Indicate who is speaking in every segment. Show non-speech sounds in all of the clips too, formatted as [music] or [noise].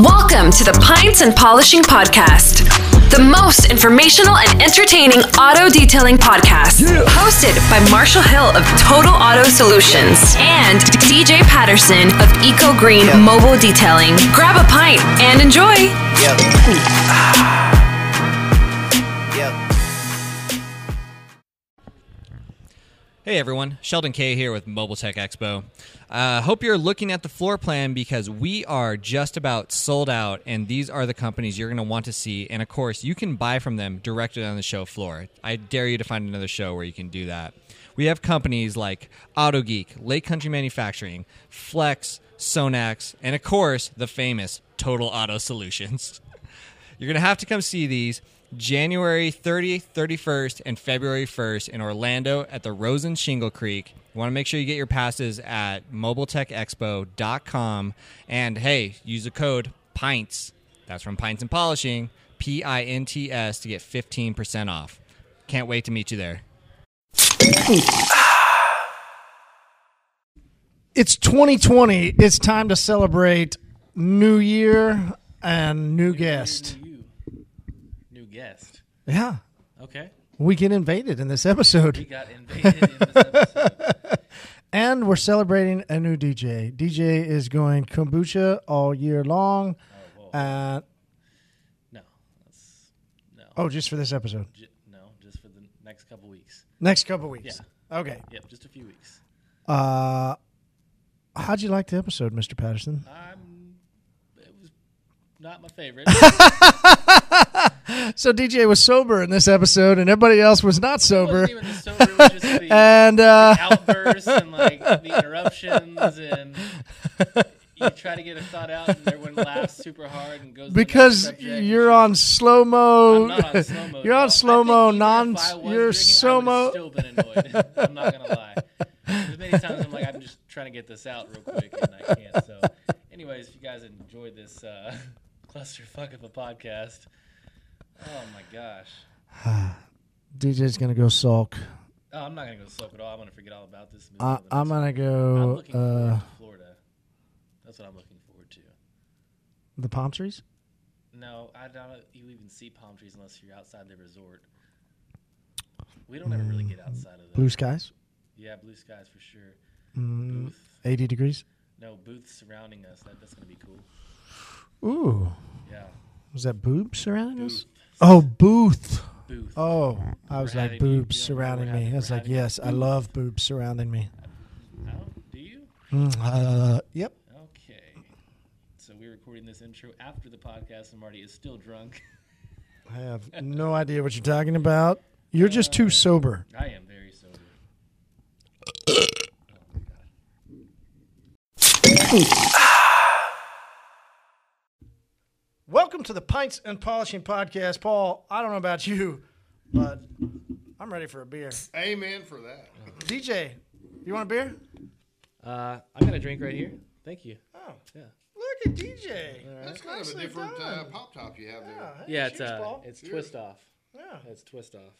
Speaker 1: Welcome to the Pints and Polishing Podcast, the most informational and entertaining auto detailing podcast. Hosted by Marshall Hill of Total Auto Solutions and DJ Patterson of Eco Green Mobile Detailing. Grab a pint and enjoy.
Speaker 2: Yep. Yep.
Speaker 3: Hey everyone, Sheldon K here with Mobile Tech Expo. Uh, hope you're looking at the floor plan because we are just about sold out, and these are the companies you're going to want to see. And of course, you can buy from them directly on the show floor. I dare you to find another show where you can do that. We have companies like AutoGeek, Lake Country Manufacturing, Flex, Sonax, and of course, the famous Total Auto Solutions. [laughs] You're going to have to come see these January 30th, 31st, and February 1st in Orlando at the Rosen Shingle Creek. You want to make sure you get your passes at mobiletechexpo.com. And hey, use the code PINTS. That's from Pints and Polishing, P I N T S, to get 15% off. Can't wait to meet you there.
Speaker 4: it's 2020. It's time to celebrate New Year and new guest.
Speaker 5: New, new guest.
Speaker 4: Yeah,
Speaker 5: Okay.
Speaker 4: we get invaded in this
Speaker 5: We
Speaker 4: episode,
Speaker 5: got invaded in this episode.
Speaker 4: and we're celebrating a new DJ. DJ is going kombucha all year long. Uh,
Speaker 5: No. That's, no.
Speaker 4: oh, just for this episode,
Speaker 5: J- no, just for the next couple weeks.
Speaker 4: next couple weeks. Okay.
Speaker 5: Yep, just a few weeks.
Speaker 4: Uh, how'd you like the episode, Mr. Patterson?
Speaker 5: I'm. It was not my favorite. It
Speaker 4: So DJ was sober in this episode, and everybody else was not sober.
Speaker 5: wasn't even the sober. It was just the
Speaker 4: [laughs] And uh,
Speaker 5: outbursts and like the interruptions and. You try to get a thought out, and everyone laughs super hard and goes to the next
Speaker 4: because
Speaker 5: subject.
Speaker 4: you're on slow mo.
Speaker 5: I'm not on slow mo.
Speaker 4: [laughs] You're on slow mo. Non. You're slow mo.
Speaker 5: Still been annoyed. [laughs] I'm not gonna lie. There's many times I'm like, I'm just trying to get this out real quick, and I can't. So, anyways, if you guys enjoyed this uh, [laughs] clusterfuck of a podcast, oh my gosh,
Speaker 4: DJ's gonna go sulk.
Speaker 5: oh, I'm not gonna go soak at all. I'm gonna forget all about this. and move
Speaker 4: I,
Speaker 5: on to the
Speaker 4: I'm
Speaker 5: next one.
Speaker 4: gonna
Speaker 5: I'm
Speaker 4: go
Speaker 5: looking
Speaker 4: uh,
Speaker 5: forward to Florida. That's what I'm looking forward to.
Speaker 4: the palm trees.
Speaker 5: No, I doubt you even see palm trees unless you're outside the resort. We don't ever really get
Speaker 4: Mm-hmm.
Speaker 5: outside of the
Speaker 4: Blue skies,
Speaker 5: Yeah, blue skies for sure. Booth.
Speaker 4: 80 degrees.
Speaker 5: No, booth surrounding us. That, that's going to be cool.
Speaker 4: Ooh,
Speaker 5: Yeah.
Speaker 4: was that boobs surrounding us? Oh, booth.
Speaker 5: Booth.
Speaker 4: Oh, I was
Speaker 5: We're
Speaker 4: like
Speaker 5: having- you
Speaker 4: boobs
Speaker 5: don't know, we're
Speaker 4: surrounding me.
Speaker 5: having-
Speaker 4: I was
Speaker 5: we're
Speaker 4: like,
Speaker 5: having-
Speaker 4: yes, I love boobs surrounding me.
Speaker 5: How? Do you?
Speaker 4: Mm, uh, yep.
Speaker 5: Okay. So we're recording this intro after the podcast, and Marty is still drunk. [laughs]
Speaker 4: I have no idea what you're talking about. You're just too sober.
Speaker 5: I am very sober.
Speaker 4: Welcome to the Pints and Polishing Podcast, Paul. I don't know about you, but I'm ready for a beer.
Speaker 6: Amen for that.
Speaker 4: DJ, you want a beer?
Speaker 5: Uh, I got a drink right here. Thank you.
Speaker 4: Oh,
Speaker 5: Yeah.
Speaker 4: look at DJ.
Speaker 6: That's kind of a
Speaker 4: nicely
Speaker 6: different
Speaker 4: done.
Speaker 6: uh, pop top you have there.
Speaker 4: hey,
Speaker 5: Yeah, it's
Speaker 4: cheers,
Speaker 5: uh,
Speaker 4: Paul.
Speaker 5: it's twist off.
Speaker 4: yeah.
Speaker 5: It's twist off.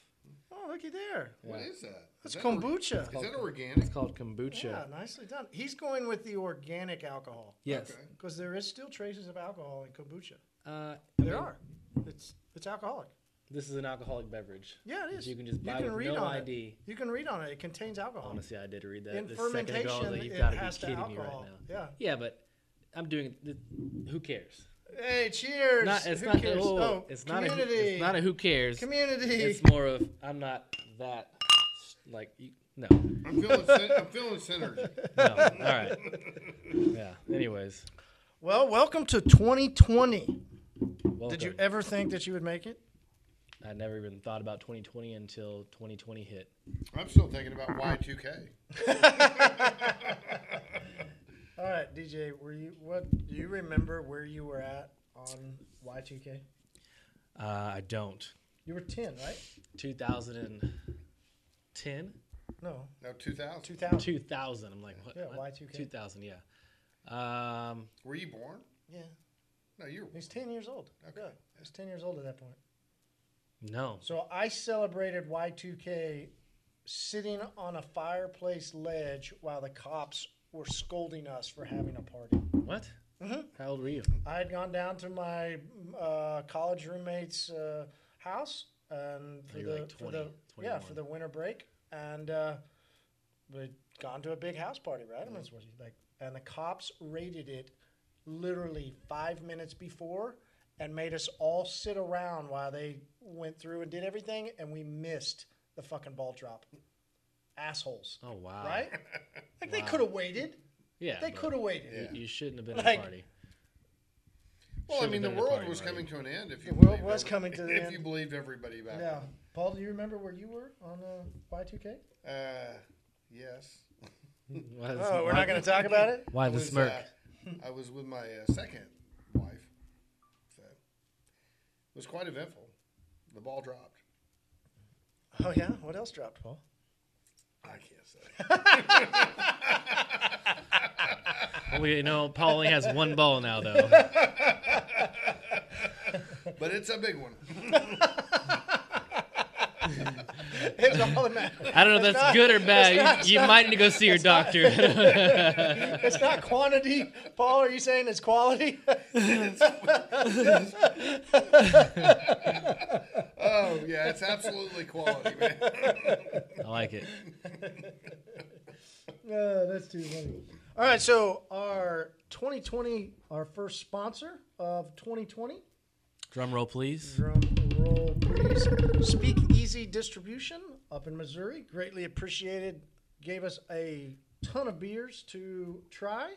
Speaker 4: Oh, looky there.
Speaker 6: What is that?
Speaker 4: That's
Speaker 6: is that or-
Speaker 4: kombucha.
Speaker 6: is that
Speaker 5: [laughs]
Speaker 6: organic?
Speaker 5: It's called kombucha.
Speaker 4: yeah, nicely done. He's going with the organic alcohol
Speaker 5: Yes.
Speaker 4: because there is still traces of alcohol in kombucha.
Speaker 5: Uh,
Speaker 4: There are. It's it's alcoholic.
Speaker 5: this is an alcoholic beverage.
Speaker 4: Yeah, it is.
Speaker 5: You can just buy with no
Speaker 4: on
Speaker 5: ID.
Speaker 4: It. You can read on it. It contains alcohol.
Speaker 5: Honestly, I did read that
Speaker 4: In
Speaker 5: this second ago. I was
Speaker 4: fermentation,
Speaker 5: like, you've
Speaker 4: it
Speaker 5: got to be
Speaker 4: has to
Speaker 5: kidding me right
Speaker 4: alcohol.
Speaker 5: now.
Speaker 4: Yeah.
Speaker 5: Yeah, but I'm doing. Th- who cares?
Speaker 4: Hey, cheers!
Speaker 5: Not, it's
Speaker 4: Who
Speaker 5: not.
Speaker 4: cares?
Speaker 5: Oh,
Speaker 4: Oh,
Speaker 5: it's not. A, who-
Speaker 4: community.
Speaker 5: it's not a who cares.
Speaker 4: community.
Speaker 5: It's more of I'm not that. Like you, no, no.
Speaker 6: I'm [laughs] feeling, syn- I'm feeling synergy.
Speaker 4: [laughs]
Speaker 5: All right. Yeah. Anyways,
Speaker 4: [laughs] well, welcome to 2020.
Speaker 5: welcome.
Speaker 4: Did you e- ever think that you would make
Speaker 5: [laughs]
Speaker 4: it?
Speaker 5: I never even thought about 2020 until 2020 hit.
Speaker 6: I'm still thinking about Y2K.
Speaker 4: All right, DJ, were you what? Do you remember where you were at on Y2K?
Speaker 5: Uh, I don't.
Speaker 4: You were 10, right?
Speaker 5: 2010.
Speaker 4: No,
Speaker 6: No, 2000.
Speaker 4: 2000.
Speaker 5: 2000. I'm like, what?
Speaker 4: Yeah,
Speaker 5: what?
Speaker 4: Y2K.
Speaker 5: 2000. Yeah. Um,
Speaker 6: Were you born?
Speaker 4: Yeah,
Speaker 6: No, you were.
Speaker 4: he's 10 years old. Okay, yeah, he was 10 years old at that point.
Speaker 5: no.
Speaker 4: So I celebrated Y2K sitting on a fireplace ledge while the cops were scolding us for having a party.
Speaker 5: What?
Speaker 4: Mm-hmm.
Speaker 5: How old were you?
Speaker 4: I had gone down to my uh, college roommate's uh, house and for
Speaker 5: you're
Speaker 4: the,
Speaker 5: like
Speaker 4: for the
Speaker 5: 20,
Speaker 4: yeah for
Speaker 5: 21.
Speaker 4: the winter break, and uh, we'd gone to a big house party, right?
Speaker 5: Mm.
Speaker 4: I mean, it's what you- like, and the cops raided it literally five minutes before and made us all sit around while they went through and did everything, and we missed the fucking ball drop. Assholes,
Speaker 5: Oh wow! [laughs]
Speaker 4: right? Like they could have waited.
Speaker 5: Yeah.
Speaker 4: They
Speaker 5: but
Speaker 4: could have waited.
Speaker 6: Yeah.
Speaker 5: You shouldn't have been at
Speaker 4: Like-
Speaker 5: the party.
Speaker 6: Well, I
Speaker 5: Should've
Speaker 6: mean, the
Speaker 5: been at the
Speaker 6: world
Speaker 5: party,
Speaker 6: was
Speaker 5: right?
Speaker 6: coming to an end. If you
Speaker 4: The world
Speaker 6: believed
Speaker 4: was
Speaker 6: every-
Speaker 4: coming to the
Speaker 6: if
Speaker 4: end.
Speaker 6: you believed everybody back.
Speaker 4: Yeah.
Speaker 6: then.
Speaker 4: Paul, do you remember where you were on uh, Y2K?
Speaker 6: Uh, yes.
Speaker 5: Why is-
Speaker 4: Oh, we're
Speaker 5: why-
Speaker 4: not going to talk about it?
Speaker 5: Why
Speaker 6: I
Speaker 5: the
Speaker 6: was,
Speaker 5: smirk?
Speaker 6: [laughs] uh, I was with my uh, second wife. So it was quite eventful. The ball dropped.
Speaker 4: Oh, yeah. What else dropped, [laughs] Paul?
Speaker 6: I can't [laughs] say.
Speaker 5: Well, you know, Paul only has one ball now, though.
Speaker 6: But it's a big one.
Speaker 4: It's all that [laughs] matters.
Speaker 5: I don't know if that's good or bad. you you might need to go see your doctor. [laughs]
Speaker 4: It's not quantity. Paul, are you saying it's quality? [laughs]
Speaker 6: Oh yeah, it's absolutely quality, man.
Speaker 5: I like it.
Speaker 4: No, that's too funny. All right. So, our 2020, our first sponsor of 2020,
Speaker 5: Drum roll, please.
Speaker 4: drum roll, please. Speak Easy Distribution up in Missouri. Greatly appreciated. Gave us a ton of beers to try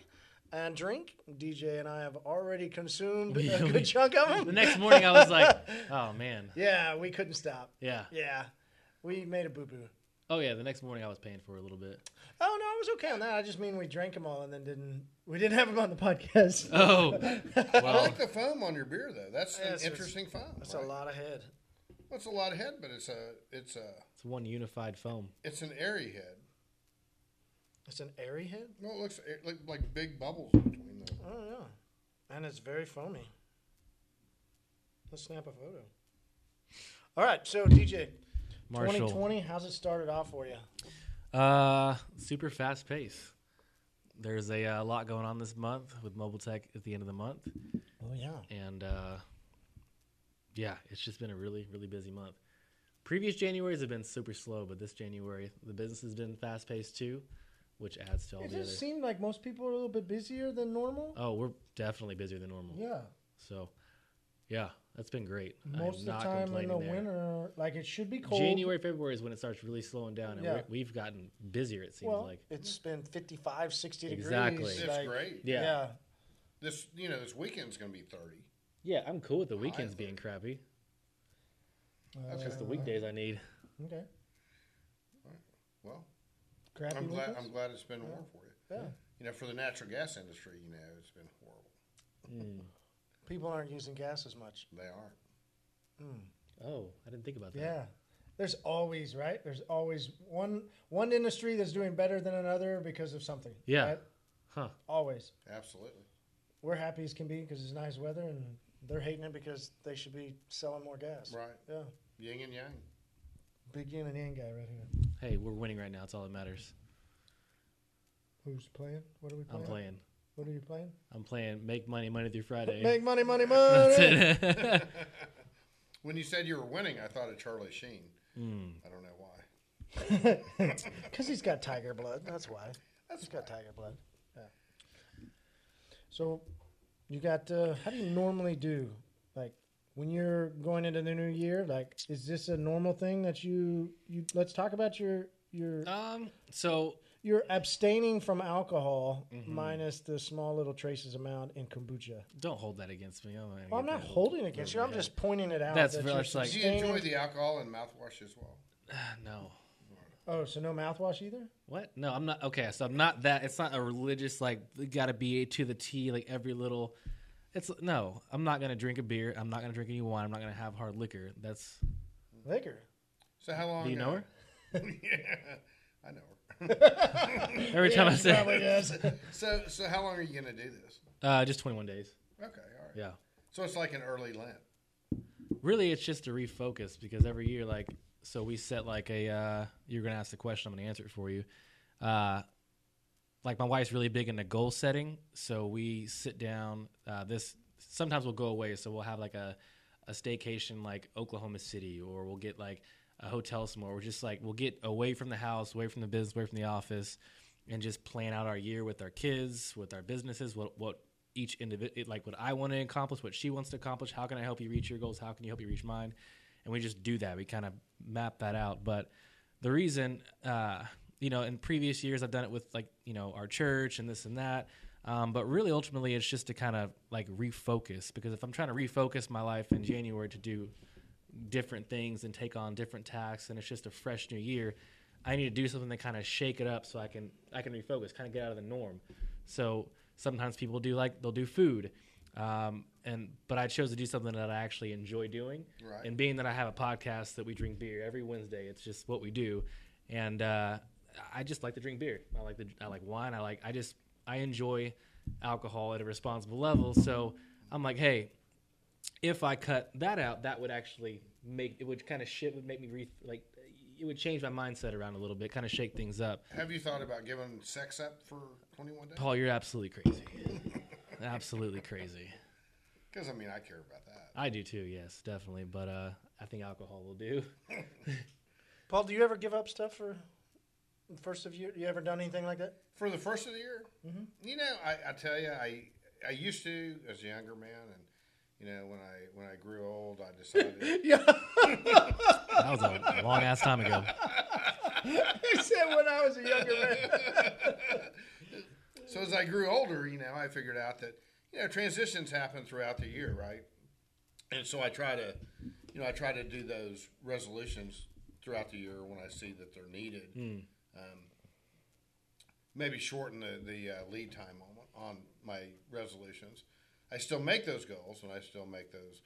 Speaker 4: and drink. DJ and I have already consumed a
Speaker 5: [laughs]
Speaker 4: good chunk of them.
Speaker 5: The next morning, I was like, "Oh man,
Speaker 4: Yeah, we couldn't stop.
Speaker 5: yeah,
Speaker 4: Yeah, we made a boo boo.
Speaker 5: oh yeah." The next morning, I was paying for a little bit.
Speaker 4: Oh no, I was okay on that. I just mean we drank them all and then didn't. We didn't have them on the podcast.
Speaker 5: [laughs] Oh,
Speaker 6: I
Speaker 5: well,
Speaker 6: like the foam on your beer though. That's
Speaker 4: Yeah,
Speaker 6: an
Speaker 4: it's-
Speaker 6: interesting foam.
Speaker 4: That's
Speaker 6: right?
Speaker 4: a lot of head.
Speaker 6: That's a lot of head, but it's a it's a
Speaker 5: it's one unified foam.
Speaker 6: it's an airy head.
Speaker 4: It's an airy head.
Speaker 6: No, it looks it look like big bubbles in between them.
Speaker 4: Oh yeah, and it's very foamy. Let's snap a photo. All right, so DJ,
Speaker 5: Marshall,
Speaker 4: 2020, how's it started off for you?
Speaker 5: Uh, super fast pace. There's a uh, lot going on this month with Mobile Tech at the end of the month,
Speaker 4: Oh yeah,
Speaker 5: and uh, yeah, it's just been a really, really busy month. Previous Januarys have been super slow, but this January the business has been fast paced too, which adds to all
Speaker 4: it
Speaker 5: the other.
Speaker 4: just seemed like most people are a little bit busier than normal.
Speaker 5: oh, we're definitely busier than normal.
Speaker 4: Yeah,
Speaker 5: So, yeah, that's been great. I am
Speaker 4: most of the
Speaker 5: not
Speaker 4: time in the
Speaker 5: complaining there.
Speaker 4: winter, like it should be cold.
Speaker 5: January, February is when it starts really slowing down, and
Speaker 4: Yeah.
Speaker 5: we're, we've gotten busier. It seems
Speaker 4: Well,
Speaker 5: like.
Speaker 4: it's been 55, 60 degrees.
Speaker 5: Exactly.
Speaker 6: It's
Speaker 5: It's
Speaker 4: like-
Speaker 6: great.
Speaker 5: Yeah. yeah,
Speaker 4: yeah.
Speaker 6: This you know this weekend's gonna be thirty.
Speaker 5: I'm cool with the weekends being crappy. It's just the
Speaker 4: Uh,
Speaker 5: weekdays I need.
Speaker 4: Okay.
Speaker 6: Well,
Speaker 4: Crappy
Speaker 6: I'm glad
Speaker 4: weekends?
Speaker 6: I'm glad it's been warm for you.
Speaker 4: Yeah.
Speaker 6: You know, for the natural gas industry, you know, it's been horrible.
Speaker 4: People aren't using gas as much.
Speaker 6: They aren't.
Speaker 5: Oh, I didn't think about that.
Speaker 4: Yeah. There's always right. There's always one one industry that's doing better than another because of something.
Speaker 5: Yeah.
Speaker 4: right?
Speaker 5: Huh.
Speaker 4: Always.
Speaker 6: Absolutely.
Speaker 4: We're happy as can be because it's nice weather, and they're hating it because they should be selling more gas.
Speaker 6: Right.
Speaker 4: Yeah.
Speaker 6: Yin and yang.
Speaker 4: Big yin and yang guy right here.
Speaker 5: Hey, we're winning right now. It's all that matters.
Speaker 4: Who's playing? What are we
Speaker 5: I'm
Speaker 4: playing?
Speaker 5: playing.
Speaker 4: What are you playing?
Speaker 5: I'm playing. Make money, Monday through Friday.
Speaker 4: Make money, money, money.
Speaker 6: When you said you were winning, I thought of Charlie Sheen.
Speaker 5: Hmm.
Speaker 6: I don't know why.
Speaker 4: Because he's got tiger blood. That's why. he's got tiger blood. Yeah. So, you got. Uh, how do you normally do? Like when you're going into the new year. Like, is this a normal thing that you you? Let's talk about your your
Speaker 5: um. So
Speaker 4: you're abstaining from alcohol
Speaker 6: Mm-hmm.
Speaker 4: minus the small little traces amount in kombucha.
Speaker 5: don't hold that against me. I'm,
Speaker 4: Well, I'm not holding it against you. I'm just pointing it out.
Speaker 5: That's
Speaker 4: that
Speaker 5: very-
Speaker 4: you're
Speaker 5: it's like-
Speaker 6: Do you enjoy
Speaker 4: abstaining-
Speaker 6: the alcohol and mouthwash as well?
Speaker 5: No.
Speaker 4: Oh, so no mouthwash either.
Speaker 5: What? No, I'm not. Okay, so I'm not that. It's not a religious like got to be to the T like every little. It's no. I'm not gonna drink a beer. I'm not gonna drink any wine. I'm not gonna have hard liquor. That's.
Speaker 4: Liquor.
Speaker 6: So how long?
Speaker 5: Do you know her?
Speaker 6: uh, [laughs] yeah, I know her.
Speaker 5: Every time
Speaker 4: [laughs]
Speaker 5: I say,
Speaker 4: Probably does.
Speaker 6: So so how long are you gonna do this?
Speaker 5: uh, just 21 days.
Speaker 6: Okay, all right.
Speaker 5: Yeah.
Speaker 6: So it's like an early Lent.
Speaker 5: Really, it's just to refocus because every year, like, so we set like a. Uh, you're gonna ask the question. I'm gonna answer it for you. Uh, like my wife's really big into goal setting, so we sit down. Uh, this sometimes we'll go away, so we'll have like a a staycation like Oklahoma City, or we'll get like a hotel somewhere. We're just like we'll get away from the house, away from the business, away from the office, and just plan out our year with our kids, with our businesses, what what each individual like what I want to accomplish, what she wants to accomplish. How can I help you reach your goals? How can you help you reach mine? And we just do that. We kind of map that out, but the reason uh, you know in previous years i've done it with like you know our church and this and that um, but really ultimately it's just to kind of like refocus because if i'm trying to refocus my life in january to do different things and take on different tasks and it's just a fresh new year i need to do something to kind of shake it up so i can i can refocus kind of get out of the norm so sometimes people do like they'll do food um, and but i chose to do something that i actually enjoy doing
Speaker 6: Right.
Speaker 5: and being that I have a podcast that we drink beer every Wednesday, it's just what we do. And uh, I just like to drink beer. I like the I like wine. I like I just I enjoy alcohol at a responsible level. So I'm like, hey, if I cut that out, that would actually make it would kind of shit would make me re like it would change my mindset around a little bit, kind of shake things up.
Speaker 6: Have you thought about giving sex up for 21 days?
Speaker 5: Paul, you're absolutely crazy. absolutely crazy.
Speaker 6: Because I mean, I care about that.
Speaker 5: I do too. Yes, definitely. But uh, I think alcohol will do.
Speaker 4: Paul, do you ever give up stuff for the first of year? You ever done anything like
Speaker 6: [laughs]
Speaker 4: that?
Speaker 6: For the first of the year, you know, I, I tell you, I I used to as a younger man, and you know, when I when I grew old, I decided.
Speaker 5: That was a long ass time ago.
Speaker 4: He said when I was a younger man.
Speaker 6: so as I grew older, you know, I figured out that you know transitions happen throughout the year, right? And so I try to, you know, I try to do those resolutions throughout the year when I see that they're needed.
Speaker 4: Hmm.
Speaker 6: Um, maybe shorten the, the uh, lead time on, on my resolutions. I still make those goals, and I still make those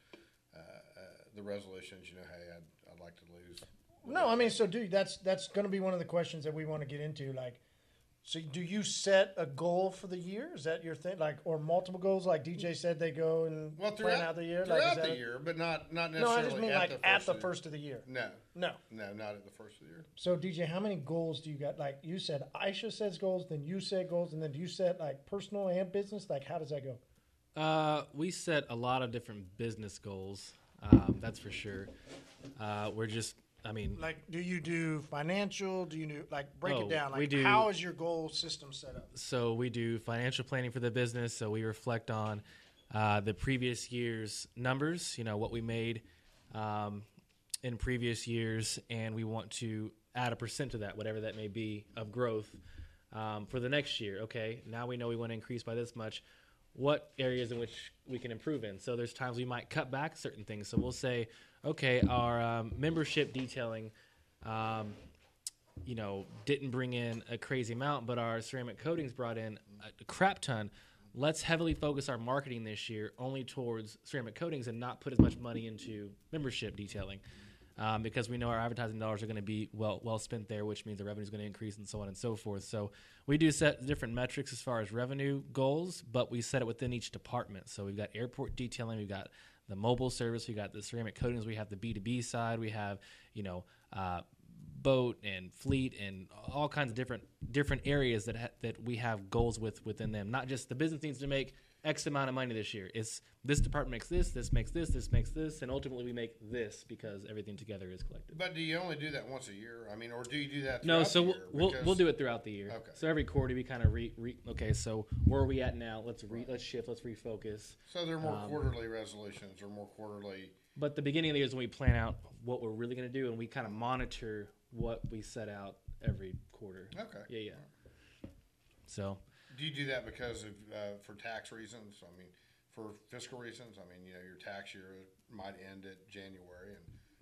Speaker 6: uh, uh, the resolutions. You know, hey, I'd, I'd like to lose.
Speaker 4: [laughs] No, I mean, so dude, that's that's going to be one of the questions that we want to get into. Like, so do you set a goal for the year? Is that your thing? Like, or multiple goals? Like DJ said, they go and
Speaker 6: Well,
Speaker 4: plan
Speaker 6: throughout,
Speaker 4: out the year. like,
Speaker 6: throughout
Speaker 4: is that
Speaker 6: the
Speaker 4: a-
Speaker 6: year, but not not
Speaker 4: No,
Speaker 6: necessarily
Speaker 4: I just mean
Speaker 6: at
Speaker 4: like
Speaker 6: the first
Speaker 4: at the
Speaker 6: of the-
Speaker 4: first of the year.
Speaker 6: No,
Speaker 4: No.
Speaker 6: no, not at the first of the year.
Speaker 4: So DJ, how many goals do you got? Like you said, Aisha sets goals, then you set goals, and then do you set like personal and business? Like, how does that go?
Speaker 5: Uh, we set a lot of different business goals. Um, that's for sure. Uh, we're just, I mean,
Speaker 4: Like, do you do financial? Do you do like break
Speaker 5: it Oh,
Speaker 4: it down?
Speaker 5: down,
Speaker 4: Like,
Speaker 5: like, we do-
Speaker 4: how
Speaker 5: how
Speaker 4: is your goal system set up?
Speaker 5: so we do financial planning for the business. So we reflect on uh, the previous year's numbers, you know, what we made um, in previous years, and we want to add a percent to that, whatever that may be, of growth um, for the next year. Okay, now we know we want to increase by this much. What areas in which we can improve in? So there's times we might cut back certain things. So we'll say, okay, our um, membership detailing. Um, you know, didn't bring in a crazy amount, but our ceramic coatings brought in a crap ton. Let's heavily focus our marketing this year only towards ceramic coatings and not put as much money into membership detailing um, because we know our advertising dollars are going to be well well spent there, which means the revenue is going to increase and so on and so forth. So we do set different metrics as far as revenue goals, but we set it within each department. So we've got airport detailing, we've got the mobile service, we got the ceramic coatings, we have the B two B side, we have you know. Uh, boat and fleet and all kinds of different different areas that ha- that we have goals with within them. Not just the business needs to make X amount of money this year. It's this department makes this, this makes this, this makes this, and ultimately we make this because everything together is collected.
Speaker 6: But do you only do that once a year? I mean, or do you do that?
Speaker 5: No,
Speaker 6: throughout
Speaker 5: so
Speaker 6: the
Speaker 5: we'll,
Speaker 6: year?
Speaker 5: we'll
Speaker 6: Because-
Speaker 5: we'll do it throughout the year.
Speaker 6: Okay.
Speaker 5: So every quarter we kind of re, re okay. So where are we at now? Let's re, let's shift. Let's refocus.
Speaker 6: So they're
Speaker 5: um,
Speaker 6: more quarterly resolutions or more quarterly.
Speaker 5: But the beginning of the year is when we plan out what we're really going to do, and we kind of monitor what we set out every quarter.
Speaker 6: Okay.
Speaker 5: Yeah, yeah. So
Speaker 6: Do you do that because of uh, for tax reasons? I mean, for fiscal reasons. I mean, you know, your tax year might end at January,